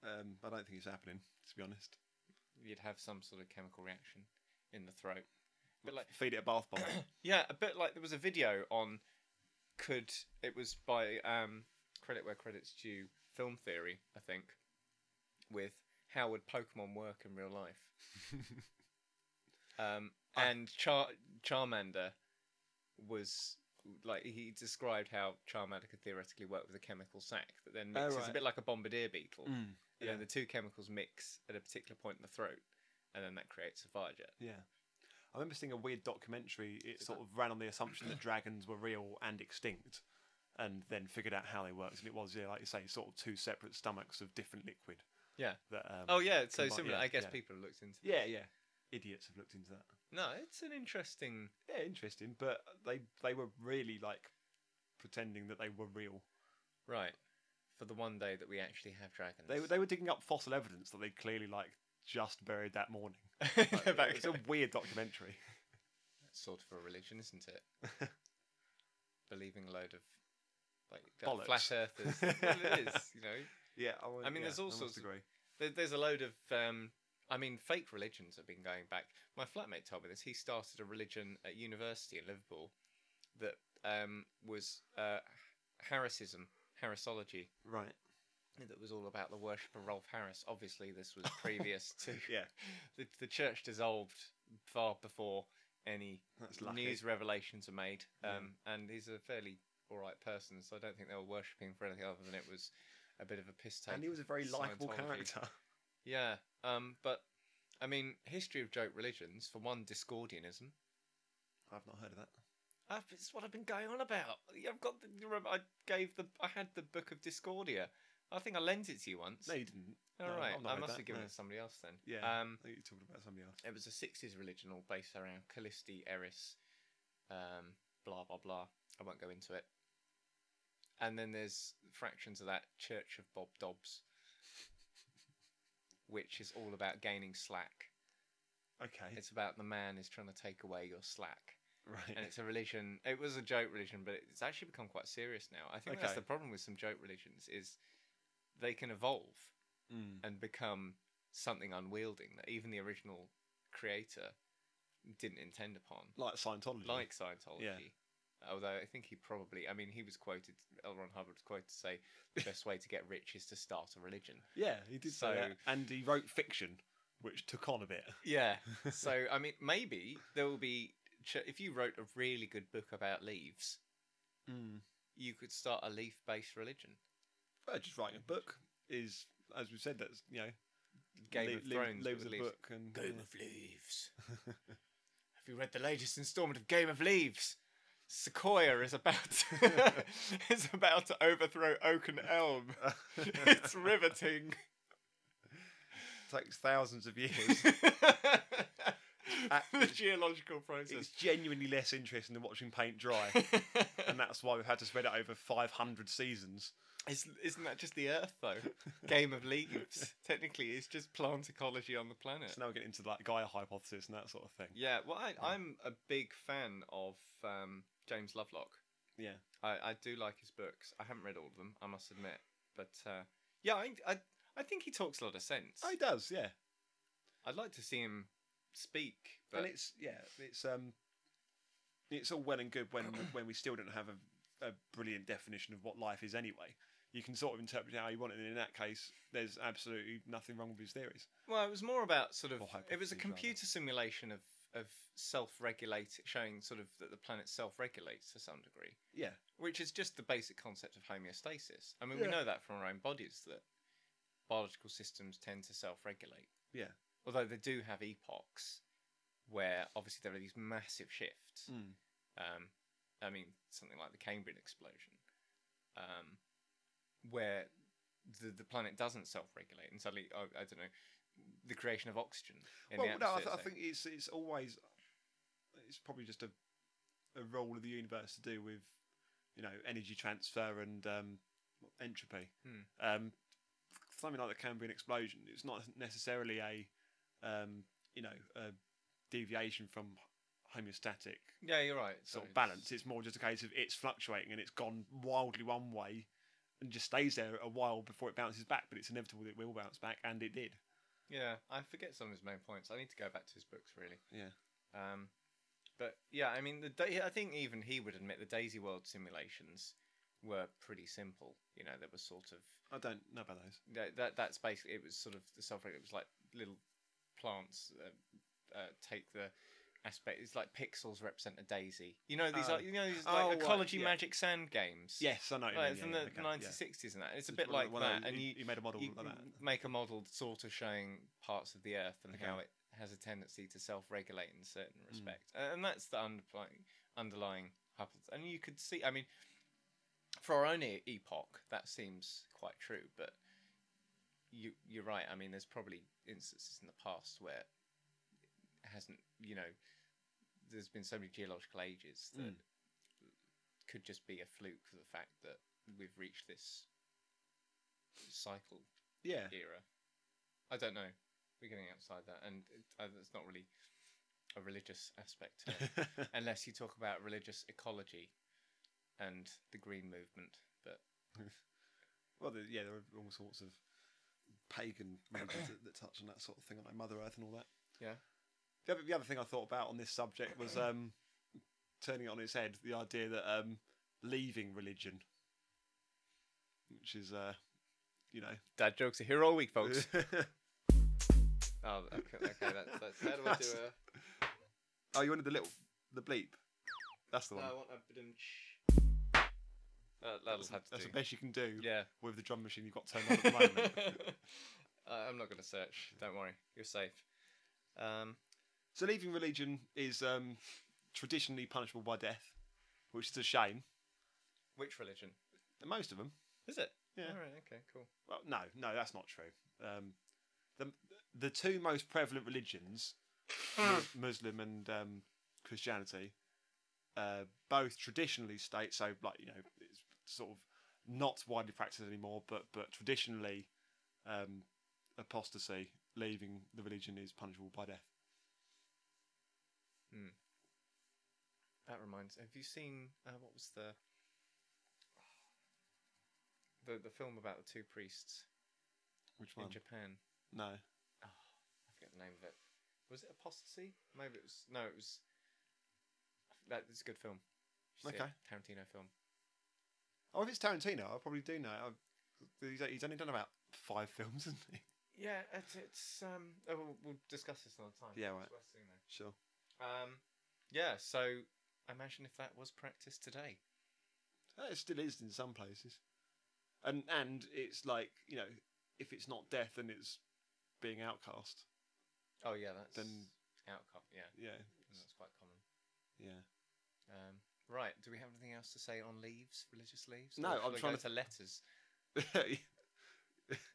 [SPEAKER 1] Um, I don't think it's happening, to be honest.
[SPEAKER 2] You'd have some sort of chemical reaction in the throat. But like,
[SPEAKER 1] Feed it a bath bomb.
[SPEAKER 2] Yeah, a bit like there was a video on could it was by um credit where credit's due film theory, I think, with how would Pokemon work in real life. Um
[SPEAKER 1] I-
[SPEAKER 2] and Char Charmander was like he described how Charmander could theoretically work with a chemical sac that then
[SPEAKER 1] Oh,
[SPEAKER 2] mixes
[SPEAKER 1] right.
[SPEAKER 2] a bit like a bombardier beetle.
[SPEAKER 1] Mm,
[SPEAKER 2] And
[SPEAKER 1] yeah.
[SPEAKER 2] then the two chemicals mix at a particular point in the throat and then that creates a fire jet.
[SPEAKER 1] Yeah. I remember seeing a weird documentary. It sort of ran on the assumption that dragons were real and extinct, and then figured out how they worked. And it was, yeah, like you say, sort of two separate stomachs of different liquid.
[SPEAKER 2] Yeah.
[SPEAKER 1] That. Um,
[SPEAKER 2] Oh yeah, so
[SPEAKER 1] combine-
[SPEAKER 2] similar.
[SPEAKER 1] yeah,
[SPEAKER 2] I guess
[SPEAKER 1] yeah.
[SPEAKER 2] people have looked into that.
[SPEAKER 1] Yeah, yeah. Idiots have looked into that.
[SPEAKER 2] No, it's an interesting.
[SPEAKER 1] Yeah, interesting. But they they were really like pretending that they were real.
[SPEAKER 2] Right. For the one day that we actually have dragons.
[SPEAKER 1] They were they were digging up fossil evidence that they clearly like just buried that morning.
[SPEAKER 2] They're
[SPEAKER 1] Like,
[SPEAKER 2] back.
[SPEAKER 1] it's a weird documentary.
[SPEAKER 2] sort of a religion, isn't it? Believing a load of like uh,
[SPEAKER 1] Bollocks.
[SPEAKER 2] flat earthers. well, it is, you know.
[SPEAKER 1] Yeah,
[SPEAKER 2] I mean, there's all sorts of-
[SPEAKER 1] Agree.
[SPEAKER 2] There, there's a load of. Um, I mean, fake religions have been going back. My flatmate told me this. He started a religion at university in Liverpool that um, was uh, Harrisism, Harrisology.
[SPEAKER 1] Right.
[SPEAKER 2] That was all about the worship of Rolf Harris. Obviously, this was previous to
[SPEAKER 1] Yeah.
[SPEAKER 2] the, the church dissolved far before any
[SPEAKER 1] That's lucky.
[SPEAKER 2] news revelations were made.
[SPEAKER 1] Yeah.
[SPEAKER 2] Um, And he's a fairly all right person, so I don't think they were worshipping for anything other than it was a bit of a piss take.
[SPEAKER 1] and he was a very likable
[SPEAKER 2] Scientology.
[SPEAKER 1] character.
[SPEAKER 2] Yeah, um, but I mean, history of joke religions. For one, Discordianism. Ah,
[SPEAKER 1] I've not heard of that.
[SPEAKER 2] I've, it's what I've been going on about. I've got. The, you remember I gave the. I had the book of Discordia I think I lent it to you once.
[SPEAKER 1] No, you didn't.
[SPEAKER 2] All
[SPEAKER 1] no,
[SPEAKER 2] right,
[SPEAKER 1] I've not
[SPEAKER 2] I
[SPEAKER 1] read
[SPEAKER 2] must
[SPEAKER 1] that,
[SPEAKER 2] have given
[SPEAKER 1] no.
[SPEAKER 2] it to somebody else then.
[SPEAKER 1] Yeah.
[SPEAKER 2] Um,
[SPEAKER 1] Mm. I think you're talking about somebody else.
[SPEAKER 2] it was a 60s original based around Callisti, Eris, um, blah, blah, blah. I won't go into it. And then there's fractions of that Church of Bob Dobbs, which is all about gaining slack.
[SPEAKER 1] Okay.
[SPEAKER 2] It's about the man is trying to take away your slack.
[SPEAKER 1] right.
[SPEAKER 2] And it's a religion. It was a joke religion, but it's actually become quite serious now. I think that's
[SPEAKER 1] Okay.
[SPEAKER 2] the problem with some joke religions is they can evolve
[SPEAKER 1] Mm.
[SPEAKER 2] and become something unwielding that even the original creator didn't intend upon,
[SPEAKER 1] Like Scientology.
[SPEAKER 2] like Scientology. Although I think he probably, I mean, he was quoted, L. Ron Hubbard was quoted to say, the best way to get rich is to start a religion.
[SPEAKER 1] Yeah, he did
[SPEAKER 2] So-
[SPEAKER 1] say that. And he wrote fiction, which took on a bit.
[SPEAKER 2] Yeah. so, I mean, maybe there will be, ch- if you wrote a really good book about leaves,
[SPEAKER 1] Mm.
[SPEAKER 2] you could start a leaf based religion.
[SPEAKER 1] Well, just writing a book is, as we said, that's, you know,
[SPEAKER 2] Game
[SPEAKER 1] Le-
[SPEAKER 2] of
[SPEAKER 1] Le-
[SPEAKER 2] Thrones. but
[SPEAKER 1] Leaves
[SPEAKER 2] with
[SPEAKER 1] a
[SPEAKER 2] leaves.
[SPEAKER 1] book and
[SPEAKER 2] Game of Leaves. Have you read the latest installment of Game of Leaves? Sequoia is about to, is about to overthrow oak and elm. it's riveting.
[SPEAKER 1] takes thousands of years.
[SPEAKER 2] the geological
[SPEAKER 1] it's
[SPEAKER 2] process.
[SPEAKER 1] genuinely less interesting than watching paint dry, and that's why we've had to spread it over 500 seasons.
[SPEAKER 2] Is, isn't that just the Earth though? Game of Leaves. Technically, it's just plant ecology on the planet.
[SPEAKER 1] So now we're getting into that Gaia hypothesis and that sort of thing.
[SPEAKER 2] Yeah, well, I, I'm a big fan of um, James Lovelock.
[SPEAKER 1] Yeah.
[SPEAKER 2] I, I do like his books. I haven't read all of them, I must admit. But uh, yeah, I, I I think he talks a lot of sense.
[SPEAKER 1] Oh, he does, yeah.
[SPEAKER 2] I'd like to see him speak, but
[SPEAKER 1] and it's yeah, it's um, it's all well and good when when we still don't have a, a brilliant definition of what life is anyway. You can sort of interpret it how you want it, and in that case, there's absolutely nothing wrong with his theories.
[SPEAKER 2] well, it was more about sort of
[SPEAKER 1] Or
[SPEAKER 2] it was
[SPEAKER 1] hypotheses,
[SPEAKER 2] a
[SPEAKER 1] rather.
[SPEAKER 2] computer simulation of of self-regulate, showing sort of that the planet self-regulates to some degree.
[SPEAKER 1] Yeah,
[SPEAKER 2] which is just the basic concept of homeostasis. I mean, we
[SPEAKER 1] Yeah.
[SPEAKER 2] know that from our own bodies that biological systems tend to self-regulate.
[SPEAKER 1] Yeah.
[SPEAKER 2] Although they do have epochs where obviously there are these massive shifts.
[SPEAKER 1] Mm.
[SPEAKER 2] Um, I mean, something like the Cambrian explosion, um, where the the planet doesn't self-regulate, and suddenly, oh, I don't know, the creation of oxygen. In
[SPEAKER 1] well,
[SPEAKER 2] the
[SPEAKER 1] no, I, th-
[SPEAKER 2] atmosphere,
[SPEAKER 1] I
[SPEAKER 2] say.
[SPEAKER 1] think it's it's always it's probably just a a role of the universe to do with you know energy transfer and um, entropy.
[SPEAKER 2] Hmm.
[SPEAKER 1] Um, something like the Cambrian explosion. It's not necessarily a um, you know a deviation from homeostatic
[SPEAKER 2] Yeah, you're right.
[SPEAKER 1] sort
[SPEAKER 2] Sorry,
[SPEAKER 1] of balance. It's more just a case of it's fluctuating and it's gone wildly one way and just stays there a while before it bounces back. But it's inevitable that it will bounce back, and it did.
[SPEAKER 2] Yeah, I forget some of his main points. I need to go back to his books really.
[SPEAKER 1] Yeah.
[SPEAKER 2] Um, but yeah, I mean, the da- I think even he would admit the Daisy World simulations were pretty simple. You know, there was sort of
[SPEAKER 1] I don't know about those.
[SPEAKER 2] that, that that's basically it was sort of the self it was like little plants uh, uh, take the aspect. It's like pixels represent a daisy. You know these
[SPEAKER 1] Oh.
[SPEAKER 2] are you know these
[SPEAKER 1] Oh,
[SPEAKER 2] like
[SPEAKER 1] right,
[SPEAKER 2] ecology
[SPEAKER 1] yeah.
[SPEAKER 2] magic sand games.
[SPEAKER 1] Yes, I know. what you
[SPEAKER 2] Like,
[SPEAKER 1] mean,
[SPEAKER 2] from
[SPEAKER 1] yeah,
[SPEAKER 2] the
[SPEAKER 1] yeah, okay, yeah.
[SPEAKER 2] 1960s and that. It's a
[SPEAKER 1] one
[SPEAKER 2] bit
[SPEAKER 1] of
[SPEAKER 2] like
[SPEAKER 1] the- one of
[SPEAKER 2] that,
[SPEAKER 1] those-
[SPEAKER 2] and
[SPEAKER 1] you,
[SPEAKER 2] you,
[SPEAKER 1] you made a model
[SPEAKER 2] you
[SPEAKER 1] like that.
[SPEAKER 2] make a model sort of showing parts of the earth and
[SPEAKER 1] Okay.
[SPEAKER 2] how it has a tendency to self-regulate in certain respects, A- and that's the underlying underlying hypothesis. And you could see, I mean, for our own e- epoch, that seems quite true, but you you're right. I mean, there's probably instances in the past where it hasn't, you know, there's been so many geological ages that could just be a fluke for the fact that we've reached this cycle
[SPEAKER 1] Yeah,
[SPEAKER 2] era. I don't know. We're getting outside that, and it, uh, it's not really a religious aspect to it, unless you talk about religious ecology and the green movement. But
[SPEAKER 1] well, there, yeah, there are all sorts of pagan religions that, that touch on that sort of thing, like Mother Earth and all that.
[SPEAKER 2] Yeah.
[SPEAKER 1] The other, the other thing I thought about on this subject was um, turning it on its head the idea that um, leaving religion, which is, uh, you know,
[SPEAKER 2] dad jokes are here all week, oh, okay, okay that's, that's how do uh, I do
[SPEAKER 1] That's-
[SPEAKER 2] a?
[SPEAKER 1] oh, you wanted the little the bleep. That's the
[SPEAKER 2] No,
[SPEAKER 1] one.
[SPEAKER 2] I want a badum-tsh. Uh, Oh, that'll
[SPEAKER 1] that's
[SPEAKER 2] have to
[SPEAKER 1] that's
[SPEAKER 2] do.
[SPEAKER 1] the best you can do
[SPEAKER 2] yeah.
[SPEAKER 1] with the drum machine you've got turned on at the moment.
[SPEAKER 2] I- Uh, I'm not going to search. Don't worry. You're safe. Um,
[SPEAKER 1] So leaving religion is um, traditionally punishable by death, which is a shame.
[SPEAKER 2] which religion?
[SPEAKER 1] Most of them,
[SPEAKER 2] Is it?
[SPEAKER 1] Yeah.
[SPEAKER 2] All right. Okay. Cool.
[SPEAKER 1] Well, no, no, that's not true. Um, the the two most prevalent religions, Mus- Muslim and um, Christianity, uh, both traditionally state so like you know it's sort of not widely practiced anymore, but but traditionally, um, apostasy, leaving the religion, is punishable by death.
[SPEAKER 2] That reminds. Have you seen uh, what was the the the film about the two priests
[SPEAKER 1] Which one?
[SPEAKER 2] in Japan?
[SPEAKER 1] no.
[SPEAKER 2] Oh, I forget the name of it. Was it Apostasy? Maybe it was. No, it was. That it's a good film. You should see it.
[SPEAKER 1] Okay.
[SPEAKER 2] Tarantino film.
[SPEAKER 1] Oh, if it's Tarantino, I probably do know. I've, he's, he's only done about five films, isn't he?
[SPEAKER 2] Yeah, it's, it's um. Oh, we'll, we'll discuss this another time.
[SPEAKER 1] Yeah,
[SPEAKER 2] It's
[SPEAKER 1] right.
[SPEAKER 2] worth seeing though.
[SPEAKER 1] Sure.
[SPEAKER 2] Um, yeah. So imagine if that was practiced today.
[SPEAKER 1] Uh, It still is in some places, and and it's like you know, if it's not death, then it's being outcast.
[SPEAKER 2] Oh yeah, that's
[SPEAKER 1] Then-
[SPEAKER 2] outcome. Yeah,
[SPEAKER 1] Yeah,
[SPEAKER 2] that's quite common.
[SPEAKER 1] yeah.
[SPEAKER 2] Um, right. Do we have anything else to say on leaves, religious leaves?
[SPEAKER 1] No,
[SPEAKER 2] Or shall
[SPEAKER 1] I'm
[SPEAKER 2] we
[SPEAKER 1] trying
[SPEAKER 2] go
[SPEAKER 1] to-
[SPEAKER 2] to letters.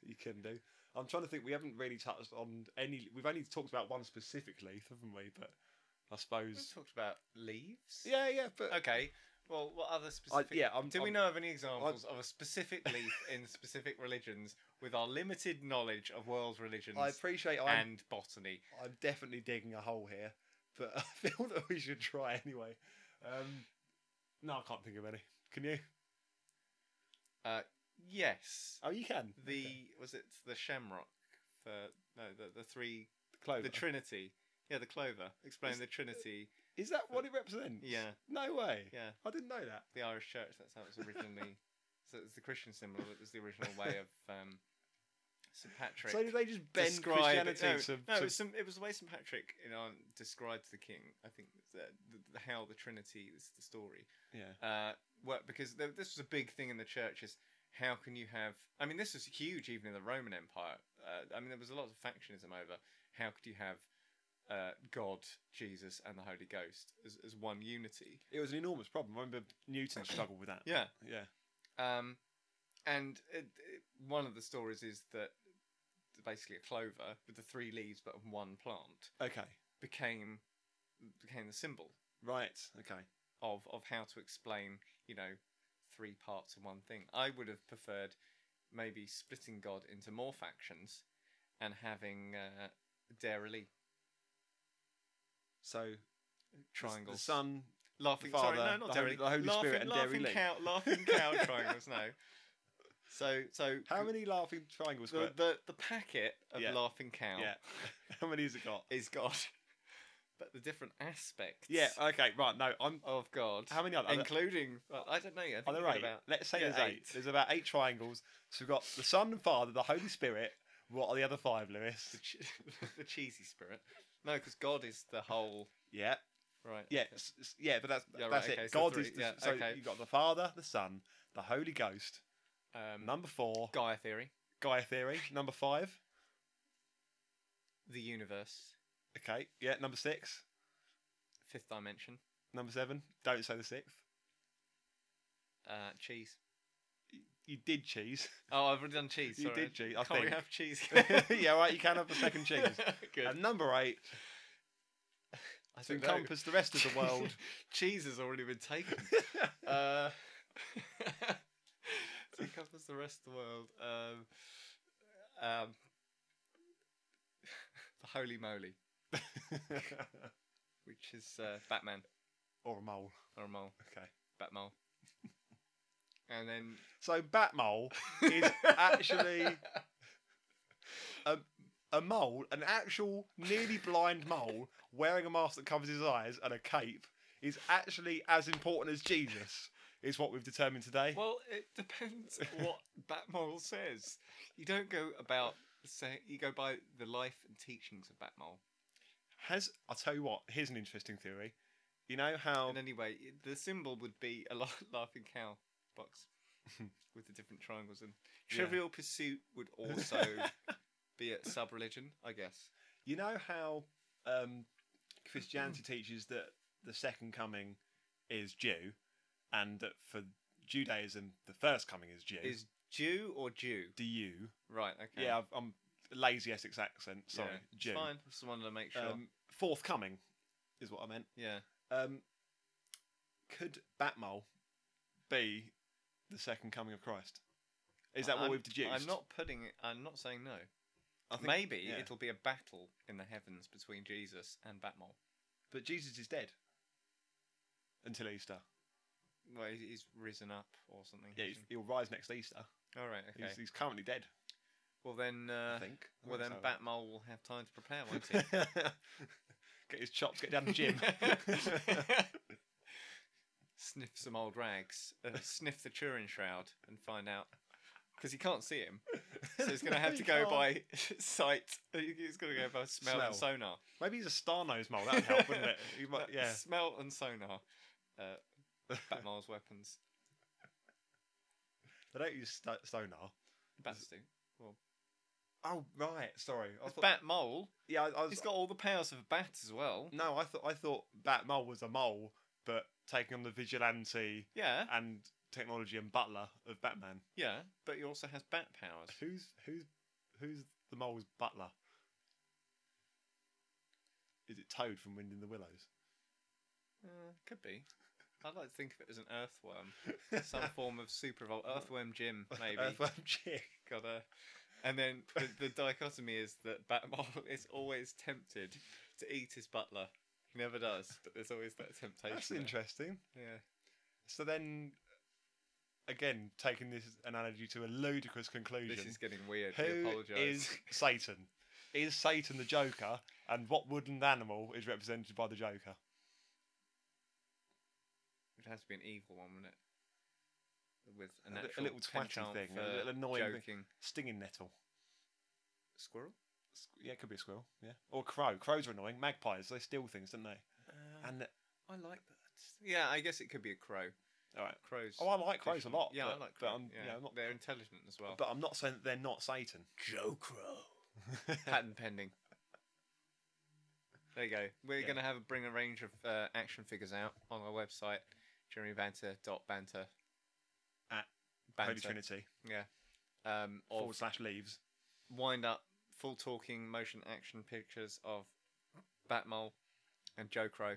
[SPEAKER 1] you can do. I'm trying to think. We haven't really touched on any. We've only talked about one specifically, haven't we? But I
[SPEAKER 2] We
[SPEAKER 1] suppose.
[SPEAKER 2] talked about leaves.
[SPEAKER 1] Yeah, yeah. But
[SPEAKER 2] Okay. Well, what other
[SPEAKER 1] I,
[SPEAKER 2] specific?
[SPEAKER 1] yeah, I'm.
[SPEAKER 2] Uh, Do we
[SPEAKER 1] I'm-
[SPEAKER 2] know of any examples of a specific leaf in specific religions with our limited knowledge of world religions
[SPEAKER 1] I appreciate. I'm,
[SPEAKER 2] and botany?
[SPEAKER 1] I'm definitely digging a hole here, but I feel that we should try anyway. Um, no, I can't think of any. Can you?
[SPEAKER 2] Yes.
[SPEAKER 1] Oh, you can.
[SPEAKER 2] The
[SPEAKER 1] Okay.
[SPEAKER 2] was it the shamrock for no the the three
[SPEAKER 1] clover.
[SPEAKER 2] the Trinity. Yeah, the clover. Explain
[SPEAKER 1] Is-
[SPEAKER 2] the Trinity.
[SPEAKER 1] Is that what it represents?
[SPEAKER 2] Yeah.
[SPEAKER 1] No way.
[SPEAKER 2] Yeah.
[SPEAKER 1] I didn't know that.
[SPEAKER 2] the Irish Church. That's how it was originally. so it's the Christian symbol. It was the original way of um, St Patrick.
[SPEAKER 1] So did they just bend
[SPEAKER 2] describe-
[SPEAKER 1] Christianity
[SPEAKER 2] no,
[SPEAKER 1] to,
[SPEAKER 2] no,
[SPEAKER 1] to-
[SPEAKER 2] it was some, it was the way St Patrick you know, described to the king. I think it's the, the, the- how the Trinity is the story.
[SPEAKER 1] Yeah.
[SPEAKER 2] Uh, what because th this was a big thing in the church is how can you have? I mean, this was huge even in the Roman Empire. Uh, I mean, there was a lot of factionism over how could you have. Uh, God, Jesus, and the Holy Ghost as, as one unity.
[SPEAKER 1] It was an enormous problem. I remember Newton struggled with that.
[SPEAKER 2] Yeah,
[SPEAKER 1] Yeah.
[SPEAKER 2] Um, and it, it, one of the stories is that basically a clover with the three leaves but on one plant
[SPEAKER 1] Okay.
[SPEAKER 2] became became the symbol
[SPEAKER 1] Right. Okay.
[SPEAKER 2] of of how to explain you know three parts of one thing. I would have preferred maybe splitting God into more factions and having uh, Dara Lee
[SPEAKER 1] So the-
[SPEAKER 2] triangles.
[SPEAKER 1] The son.
[SPEAKER 2] laughing
[SPEAKER 1] the
[SPEAKER 2] sorry,
[SPEAKER 1] Father,
[SPEAKER 2] no,
[SPEAKER 1] the
[SPEAKER 2] not Dara
[SPEAKER 1] Holy-
[SPEAKER 2] Lee.
[SPEAKER 1] the Holy
[SPEAKER 2] laughing,
[SPEAKER 1] Spirit and Dara
[SPEAKER 2] laughing
[SPEAKER 1] Lee.
[SPEAKER 2] cow, laughing cow triangles. No, so so
[SPEAKER 1] How many laughing triangles?
[SPEAKER 2] the,
[SPEAKER 1] were-
[SPEAKER 2] the the packet of
[SPEAKER 1] Yeah.
[SPEAKER 2] laughing cow
[SPEAKER 1] Yeah. How many has it got?
[SPEAKER 2] is God, but the different aspects
[SPEAKER 1] Yeah. Okay. Right. No. I'm.
[SPEAKER 2] of God,
[SPEAKER 1] How many are there?
[SPEAKER 2] including well, I don't know. I think
[SPEAKER 1] Are there
[SPEAKER 2] we've got
[SPEAKER 1] eight?
[SPEAKER 2] about-
[SPEAKER 1] Let's say
[SPEAKER 2] yeah,
[SPEAKER 1] there's eight.
[SPEAKER 2] eight.
[SPEAKER 1] There's about eight triangles. So we've got the Son, and Father, the Holy Spirit. What are the other five, Lewis?
[SPEAKER 2] the, che- the cheesy spirit. No, because God is the whole
[SPEAKER 1] Yeah.
[SPEAKER 2] right.
[SPEAKER 1] Yeah,
[SPEAKER 2] okay.
[SPEAKER 1] s- s- yeah, but that's
[SPEAKER 2] Yeah, right,
[SPEAKER 1] that's
[SPEAKER 2] okay,
[SPEAKER 1] it.
[SPEAKER 2] so
[SPEAKER 1] God
[SPEAKER 2] three,
[SPEAKER 1] is the,
[SPEAKER 2] yeah,
[SPEAKER 1] so
[SPEAKER 2] okay.
[SPEAKER 1] you've got the Father, the Son, the Holy Ghost.
[SPEAKER 2] Um,
[SPEAKER 1] Number four,
[SPEAKER 2] Gaia theory,
[SPEAKER 1] Gaia theory. Number five,
[SPEAKER 2] the universe,
[SPEAKER 1] okay, yeah. Number six,
[SPEAKER 2] fifth dimension,
[SPEAKER 1] number seven. Don't say the sixth.
[SPEAKER 2] uh, cheese.
[SPEAKER 1] You did cheese.
[SPEAKER 2] Oh, I've already done cheese.
[SPEAKER 1] You
[SPEAKER 2] Sorry.
[SPEAKER 1] did cheese, I
[SPEAKER 2] Can't we
[SPEAKER 1] think.
[SPEAKER 2] have cheese?
[SPEAKER 1] yeah, right. You can have the second cheese.
[SPEAKER 2] Good.
[SPEAKER 1] And number eight
[SPEAKER 2] I
[SPEAKER 1] to
[SPEAKER 2] think that-
[SPEAKER 1] encompass the rest of the world.
[SPEAKER 2] cheese has already been taken. uh, to encompass the rest of the world. Um, um, the Holy Moly, which is uh, Batman
[SPEAKER 1] or a mole.
[SPEAKER 2] or a mole,
[SPEAKER 1] Okay.
[SPEAKER 2] Batmole. And then
[SPEAKER 1] So Batmole is actually a, a mole, an actual nearly blind mole wearing a mask that covers his eyes and a cape is actually as important as Jesus, is what we've determined today.
[SPEAKER 2] well, it depends what Batmole says. You don't go about saying you go by the life and teachings of Batmole.
[SPEAKER 1] Has I'll tell you what, here's an interesting theory. You know how
[SPEAKER 2] And anyway, the symbol would be a la- laughing cow box with the different triangles. And
[SPEAKER 1] Yeah.
[SPEAKER 2] Trivial Pursuit would also be a sub religion, I guess.
[SPEAKER 1] you know how um, Christianity teaches that the second coming is due and that for Judaism the first coming is due.
[SPEAKER 2] Is Jew or Jew?
[SPEAKER 1] Do you?
[SPEAKER 2] Right, okay.
[SPEAKER 1] Yeah, I've, I'm lazy Essex accent.
[SPEAKER 2] Yeah,
[SPEAKER 1] Sorry,
[SPEAKER 2] it's
[SPEAKER 1] Jew.
[SPEAKER 2] fine. Just wanted to make sure.
[SPEAKER 1] Um, forthcoming is what I meant.
[SPEAKER 2] yeah.
[SPEAKER 1] Um, could Batmole be the second coming of Christ? Is that what
[SPEAKER 2] I'm-
[SPEAKER 1] we've deduced?
[SPEAKER 2] I'm not putting it. I'm not saying no.
[SPEAKER 1] I think-
[SPEAKER 2] Maybe
[SPEAKER 1] yeah.
[SPEAKER 2] it'll be a battle in the heavens between Jesus and Batmole.
[SPEAKER 1] But Jesus is dead until Easter.
[SPEAKER 2] Well, he's, he's risen up or something.
[SPEAKER 1] Yeah, he's- he'll rise next Easter.
[SPEAKER 2] All right. Okay.
[SPEAKER 1] He's, he's currently dead.
[SPEAKER 2] well then.
[SPEAKER 1] I
[SPEAKER 2] Uh,
[SPEAKER 1] think. I
[SPEAKER 2] well then,
[SPEAKER 1] think so.
[SPEAKER 2] Batmole will have time to prepare, won't he?
[SPEAKER 1] get his chops. Get down the gym.
[SPEAKER 2] sniff some old rags. Uh, sniff the Turin shroud and find out. Because he can't see him, so he's going to
[SPEAKER 1] No,
[SPEAKER 2] have to
[SPEAKER 1] you
[SPEAKER 2] go
[SPEAKER 1] can't.
[SPEAKER 2] by sight. He's going to go by smell, and
[SPEAKER 1] Smell.
[SPEAKER 2] sonar.
[SPEAKER 1] Maybe he's a star nose mole. That would help, wouldn't it? He might,
[SPEAKER 2] But
[SPEAKER 1] yeah.
[SPEAKER 2] Smell and sonar. Uh, Batmole's weapons.
[SPEAKER 1] they don't use sto- sonar.
[SPEAKER 2] Bats do.
[SPEAKER 1] Oh right, sorry. I
[SPEAKER 2] It's
[SPEAKER 1] thought,
[SPEAKER 2] Batmole.
[SPEAKER 1] yeah, I, I was.
[SPEAKER 2] He's got all the powers of a bat as well.
[SPEAKER 1] No, I thought I thought Batmole was a mole, but taking on the vigilante
[SPEAKER 2] Yeah,
[SPEAKER 1] and technology and butler of Batman.
[SPEAKER 2] yeah. But he also has bat powers.
[SPEAKER 1] Who's who's who's the mole's butler? Is it Toad from Wind in the Willows?
[SPEAKER 2] Uh, could be. I'd like to think of it as an earthworm, some form of super evol- earthworm Jim, maybe.
[SPEAKER 1] Earthworm Jim.
[SPEAKER 2] Got a. And then the, the dichotomy is that Batmole is always tempted to eat his butler. He never does, but there's always that temptation.
[SPEAKER 1] That's
[SPEAKER 2] there.
[SPEAKER 1] interesting.
[SPEAKER 2] Yeah.
[SPEAKER 1] So then, again, taking this analogy to a ludicrous conclusion.
[SPEAKER 2] This is getting weird. we
[SPEAKER 1] Who
[SPEAKER 2] apologise.
[SPEAKER 1] is Satan? Is Satan the Joker? And what woodland animal is represented by the Joker?
[SPEAKER 2] It has to be an evil one, wouldn't it? With
[SPEAKER 1] A
[SPEAKER 2] an
[SPEAKER 1] li- a
[SPEAKER 2] actual
[SPEAKER 1] little twatty
[SPEAKER 2] penchant
[SPEAKER 1] thing, a
[SPEAKER 2] for
[SPEAKER 1] little annoying thing.
[SPEAKER 2] joking.
[SPEAKER 1] Stinging nettle.
[SPEAKER 2] Squirrel?
[SPEAKER 1] S- Yeah, it could be a squirrel. Yeah, or a crow. Crows are annoying. Magpies, they steal things, don't
[SPEAKER 2] Mm.
[SPEAKER 1] they? And
[SPEAKER 2] Uh, I like that. Yeah, I guess it could be a crow.
[SPEAKER 1] all right.
[SPEAKER 2] Crows.
[SPEAKER 1] Oh, I like crows a
[SPEAKER 2] different-
[SPEAKER 1] lot.
[SPEAKER 2] Yeah,
[SPEAKER 1] but,
[SPEAKER 2] I like
[SPEAKER 1] but
[SPEAKER 2] crows.
[SPEAKER 1] I'm,
[SPEAKER 2] yeah.
[SPEAKER 1] you know, I'm not,
[SPEAKER 2] They're intelligent as well.
[SPEAKER 1] but I'm not saying that they're not Satan.
[SPEAKER 2] Joe Crow. Patent pending. There you go. We're
[SPEAKER 1] Yeah.
[SPEAKER 2] going to have bring a range of uh, action figures out on our website, jeremybanter.banter.
[SPEAKER 1] At
[SPEAKER 2] banter.
[SPEAKER 1] Holy Trinity
[SPEAKER 2] Um, of
[SPEAKER 1] forward slash leaves.
[SPEAKER 2] wind up full talking motion action pictures of Batmole and Joe Crow.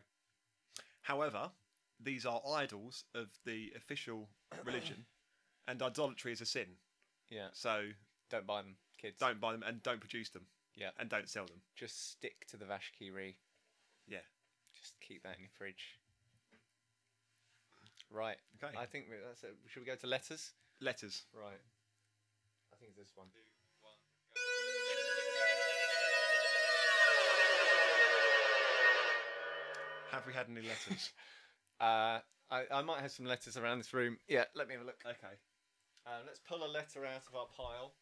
[SPEAKER 1] However, these are idols of the official religion, and idolatry is a sin.
[SPEAKER 2] Yeah.
[SPEAKER 1] So
[SPEAKER 2] Don't buy them, kids.
[SPEAKER 1] don't buy them and don't produce them.
[SPEAKER 2] Yeah.
[SPEAKER 1] and don't sell them.
[SPEAKER 2] Just stick to the Vashki Re.
[SPEAKER 1] Yeah.
[SPEAKER 2] Just keep that in your fridge. Right.
[SPEAKER 1] Okay,
[SPEAKER 2] I think we- that's it. Should we go to letters?
[SPEAKER 1] letters.
[SPEAKER 2] Right. I think it's this one.
[SPEAKER 1] Have we had any letters?
[SPEAKER 2] Uh, I, I might have some letters around this room. Yeah, let me have a look.
[SPEAKER 1] okay.
[SPEAKER 2] Uh, let's pull a letter out of our pile.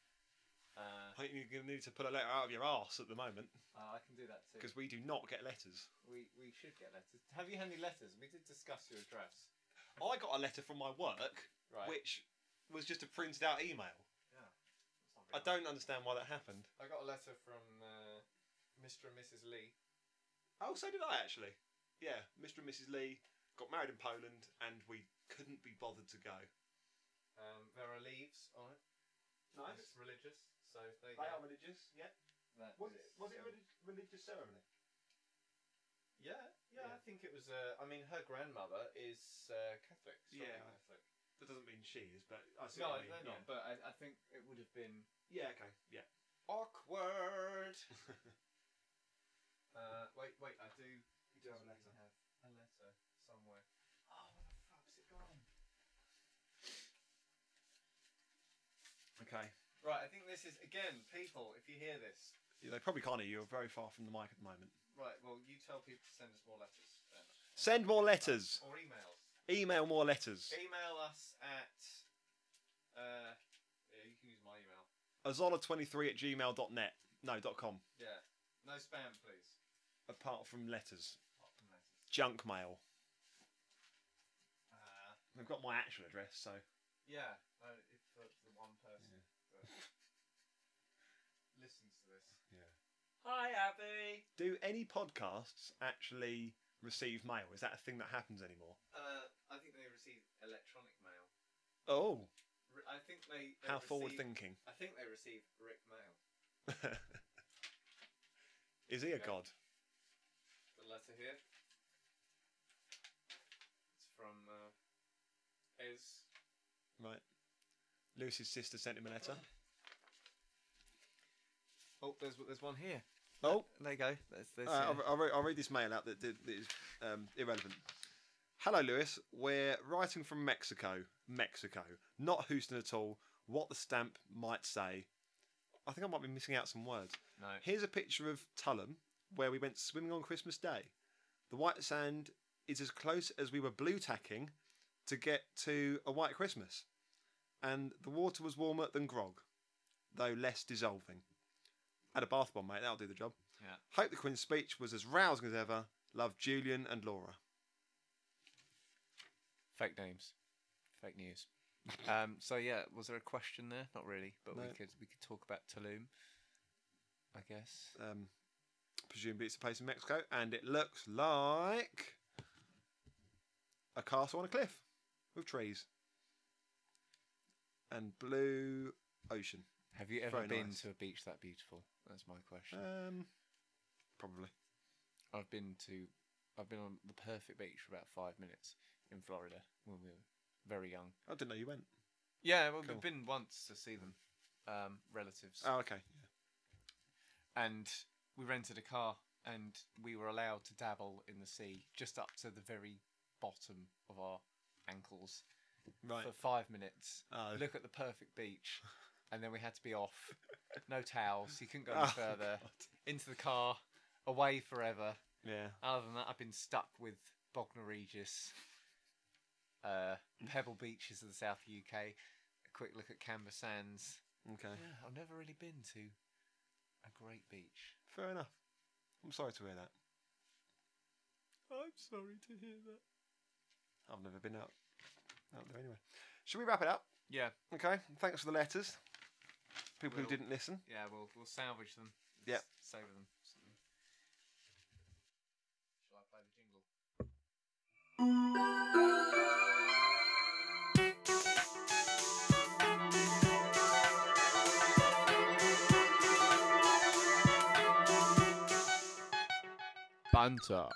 [SPEAKER 1] I
[SPEAKER 2] Uh,
[SPEAKER 1] think you're going to need to pull a letter out of your ass at the moment
[SPEAKER 2] uh, I can do that too.
[SPEAKER 1] because we do not get letters.
[SPEAKER 2] We, we should get letters. Have you had any letters? We did discuss your address.
[SPEAKER 1] I got a letter from my work,
[SPEAKER 2] Right.
[SPEAKER 1] which was just a printed out email. I don't understand why that happened.
[SPEAKER 2] I got a letter from uh, Mr. and Mrs. Lee.
[SPEAKER 1] Oh, so did I actually. Yeah, Mr. and Mrs. Lee got married in Poland and we couldn't be bothered to go.
[SPEAKER 2] Um, there are leaves on it. It's religious, so there you
[SPEAKER 1] They are
[SPEAKER 2] go.
[SPEAKER 1] religious, yeah.
[SPEAKER 2] That
[SPEAKER 1] Was it,
[SPEAKER 2] is,
[SPEAKER 1] was it a
[SPEAKER 2] um,
[SPEAKER 1] relig- religious ceremony?
[SPEAKER 2] Yeah,
[SPEAKER 1] Yeah.
[SPEAKER 2] yeah, I think it was. Uh, I mean, her grandmother is uh, Catholic. strongly
[SPEAKER 1] Yeah.
[SPEAKER 2] Catholic.
[SPEAKER 1] That doesn't mean she is, but I see
[SPEAKER 2] No,
[SPEAKER 1] what you
[SPEAKER 2] they're
[SPEAKER 1] mean,
[SPEAKER 2] not. But I, I think it would have been
[SPEAKER 1] Yeah, yeah okay, yeah.
[SPEAKER 2] awkward. Uh, wait, wait, I do. You
[SPEAKER 1] do have a letter.
[SPEAKER 2] Have a letter somewhere. Oh, where the fuck's it gone?
[SPEAKER 1] okay.
[SPEAKER 2] Right, I think this is again, people. If you hear this,
[SPEAKER 1] Yeah, they probably can't hear you. You're very far from the mic at the moment.
[SPEAKER 2] right? Well, you tell people to send us more letters then,
[SPEAKER 1] Send more letters.
[SPEAKER 2] or emails.
[SPEAKER 1] Email more letters.
[SPEAKER 2] Email us at. Uh, yeah, you can use my email.
[SPEAKER 1] Azola23 at gmail.net. No, dot .com.
[SPEAKER 2] Yeah, no spam, please.
[SPEAKER 1] Apart from letters.
[SPEAKER 2] Apart from letters.
[SPEAKER 1] Junk mail.
[SPEAKER 2] Uh,
[SPEAKER 1] They've got my actual address, so.
[SPEAKER 2] Yeah, uh, if for the one person that listens to this.
[SPEAKER 1] Yeah.
[SPEAKER 2] Hi, Abby.
[SPEAKER 1] Do any podcasts actually receive mail? Is that a thing that happens anymore?
[SPEAKER 2] Uh, I think they receive electronic mail
[SPEAKER 1] Oh.
[SPEAKER 2] re- I think they. they
[SPEAKER 1] How forward
[SPEAKER 2] receive-
[SPEAKER 1] thinking.
[SPEAKER 2] I think they receive Rick Mail,
[SPEAKER 1] Is he a
[SPEAKER 2] Yeah.
[SPEAKER 1] god?
[SPEAKER 2] the letter here. It's from uh, his.
[SPEAKER 1] Right. Lucy's sister sent him a letter.
[SPEAKER 2] Oh, there's there's one here.
[SPEAKER 1] Oh,
[SPEAKER 2] There you go. There's, there's,
[SPEAKER 1] Alright, Uh, I'll, I'll, read, I'll read this mail out that, that that is um, irrelevant. Hello, Lewis. We're writing from Mexico. Mexico. Not Houston at all. What the stamp might say. I think I might be missing out some words.
[SPEAKER 2] No.
[SPEAKER 1] Here's a picture of Tullam, where we went swimming on Christmas Day. The white sand is as close as we were blue tacking to get to a white Christmas. And the water was warmer than grog, though less dissolving. Add a bath bomb, mate, that'll do the job.
[SPEAKER 2] Yeah.
[SPEAKER 1] Hope the Queen's speech was as rousing as ever. Love Julian and Laura.
[SPEAKER 2] Fake names, fake news. um, so yeah, was there a question there? Not really, but we
[SPEAKER 1] No.
[SPEAKER 2] could we could talk about Tulum, I guess.
[SPEAKER 1] Um, presumably it's a place in Mexico, and it looks like a castle on a cliff with trees and blue ocean.
[SPEAKER 2] Have you ever
[SPEAKER 1] Very
[SPEAKER 2] been
[SPEAKER 1] nice.
[SPEAKER 2] to a beach that beautiful? That's my question.
[SPEAKER 1] Um, probably.
[SPEAKER 2] I've been to, I've been on the perfect beach for about five minutes in Florida when we were very young.
[SPEAKER 1] I didn't know you went.
[SPEAKER 2] Yeah, well,
[SPEAKER 1] Cool.
[SPEAKER 2] we've been once to see them, um, relatives,
[SPEAKER 1] Oh, okay.
[SPEAKER 2] and we rented a car and we were allowed to dabble in the sea just up to the very bottom of our ankles
[SPEAKER 1] Right.
[SPEAKER 2] for five minutes.
[SPEAKER 1] Oh.
[SPEAKER 2] Look at the perfect beach, and then we had to be off. No towels. You couldn't go any
[SPEAKER 1] Oh,
[SPEAKER 2] further.
[SPEAKER 1] God.
[SPEAKER 2] Into the car, away forever.
[SPEAKER 1] Yeah.
[SPEAKER 2] Other than that, I've been stuck with Bognor Regis, uh, Pebble Beaches of the South UK. A quick look at Canberra Sands.
[SPEAKER 1] Okay.
[SPEAKER 2] Yeah, I've never really been to a great beach.
[SPEAKER 1] Fair enough. I'm sorry to hear that.
[SPEAKER 2] I'm sorry to hear that.
[SPEAKER 1] I've never been out out there anyway. Should we wrap it up?
[SPEAKER 2] Yeah,
[SPEAKER 1] Okay. Thanks for the letters. People
[SPEAKER 2] Will.
[SPEAKER 1] who didn't listen.
[SPEAKER 2] yeah, we'll we'll salvage them.
[SPEAKER 1] Yeah.
[SPEAKER 2] S- savor them. Shall I play the jingle? Banter.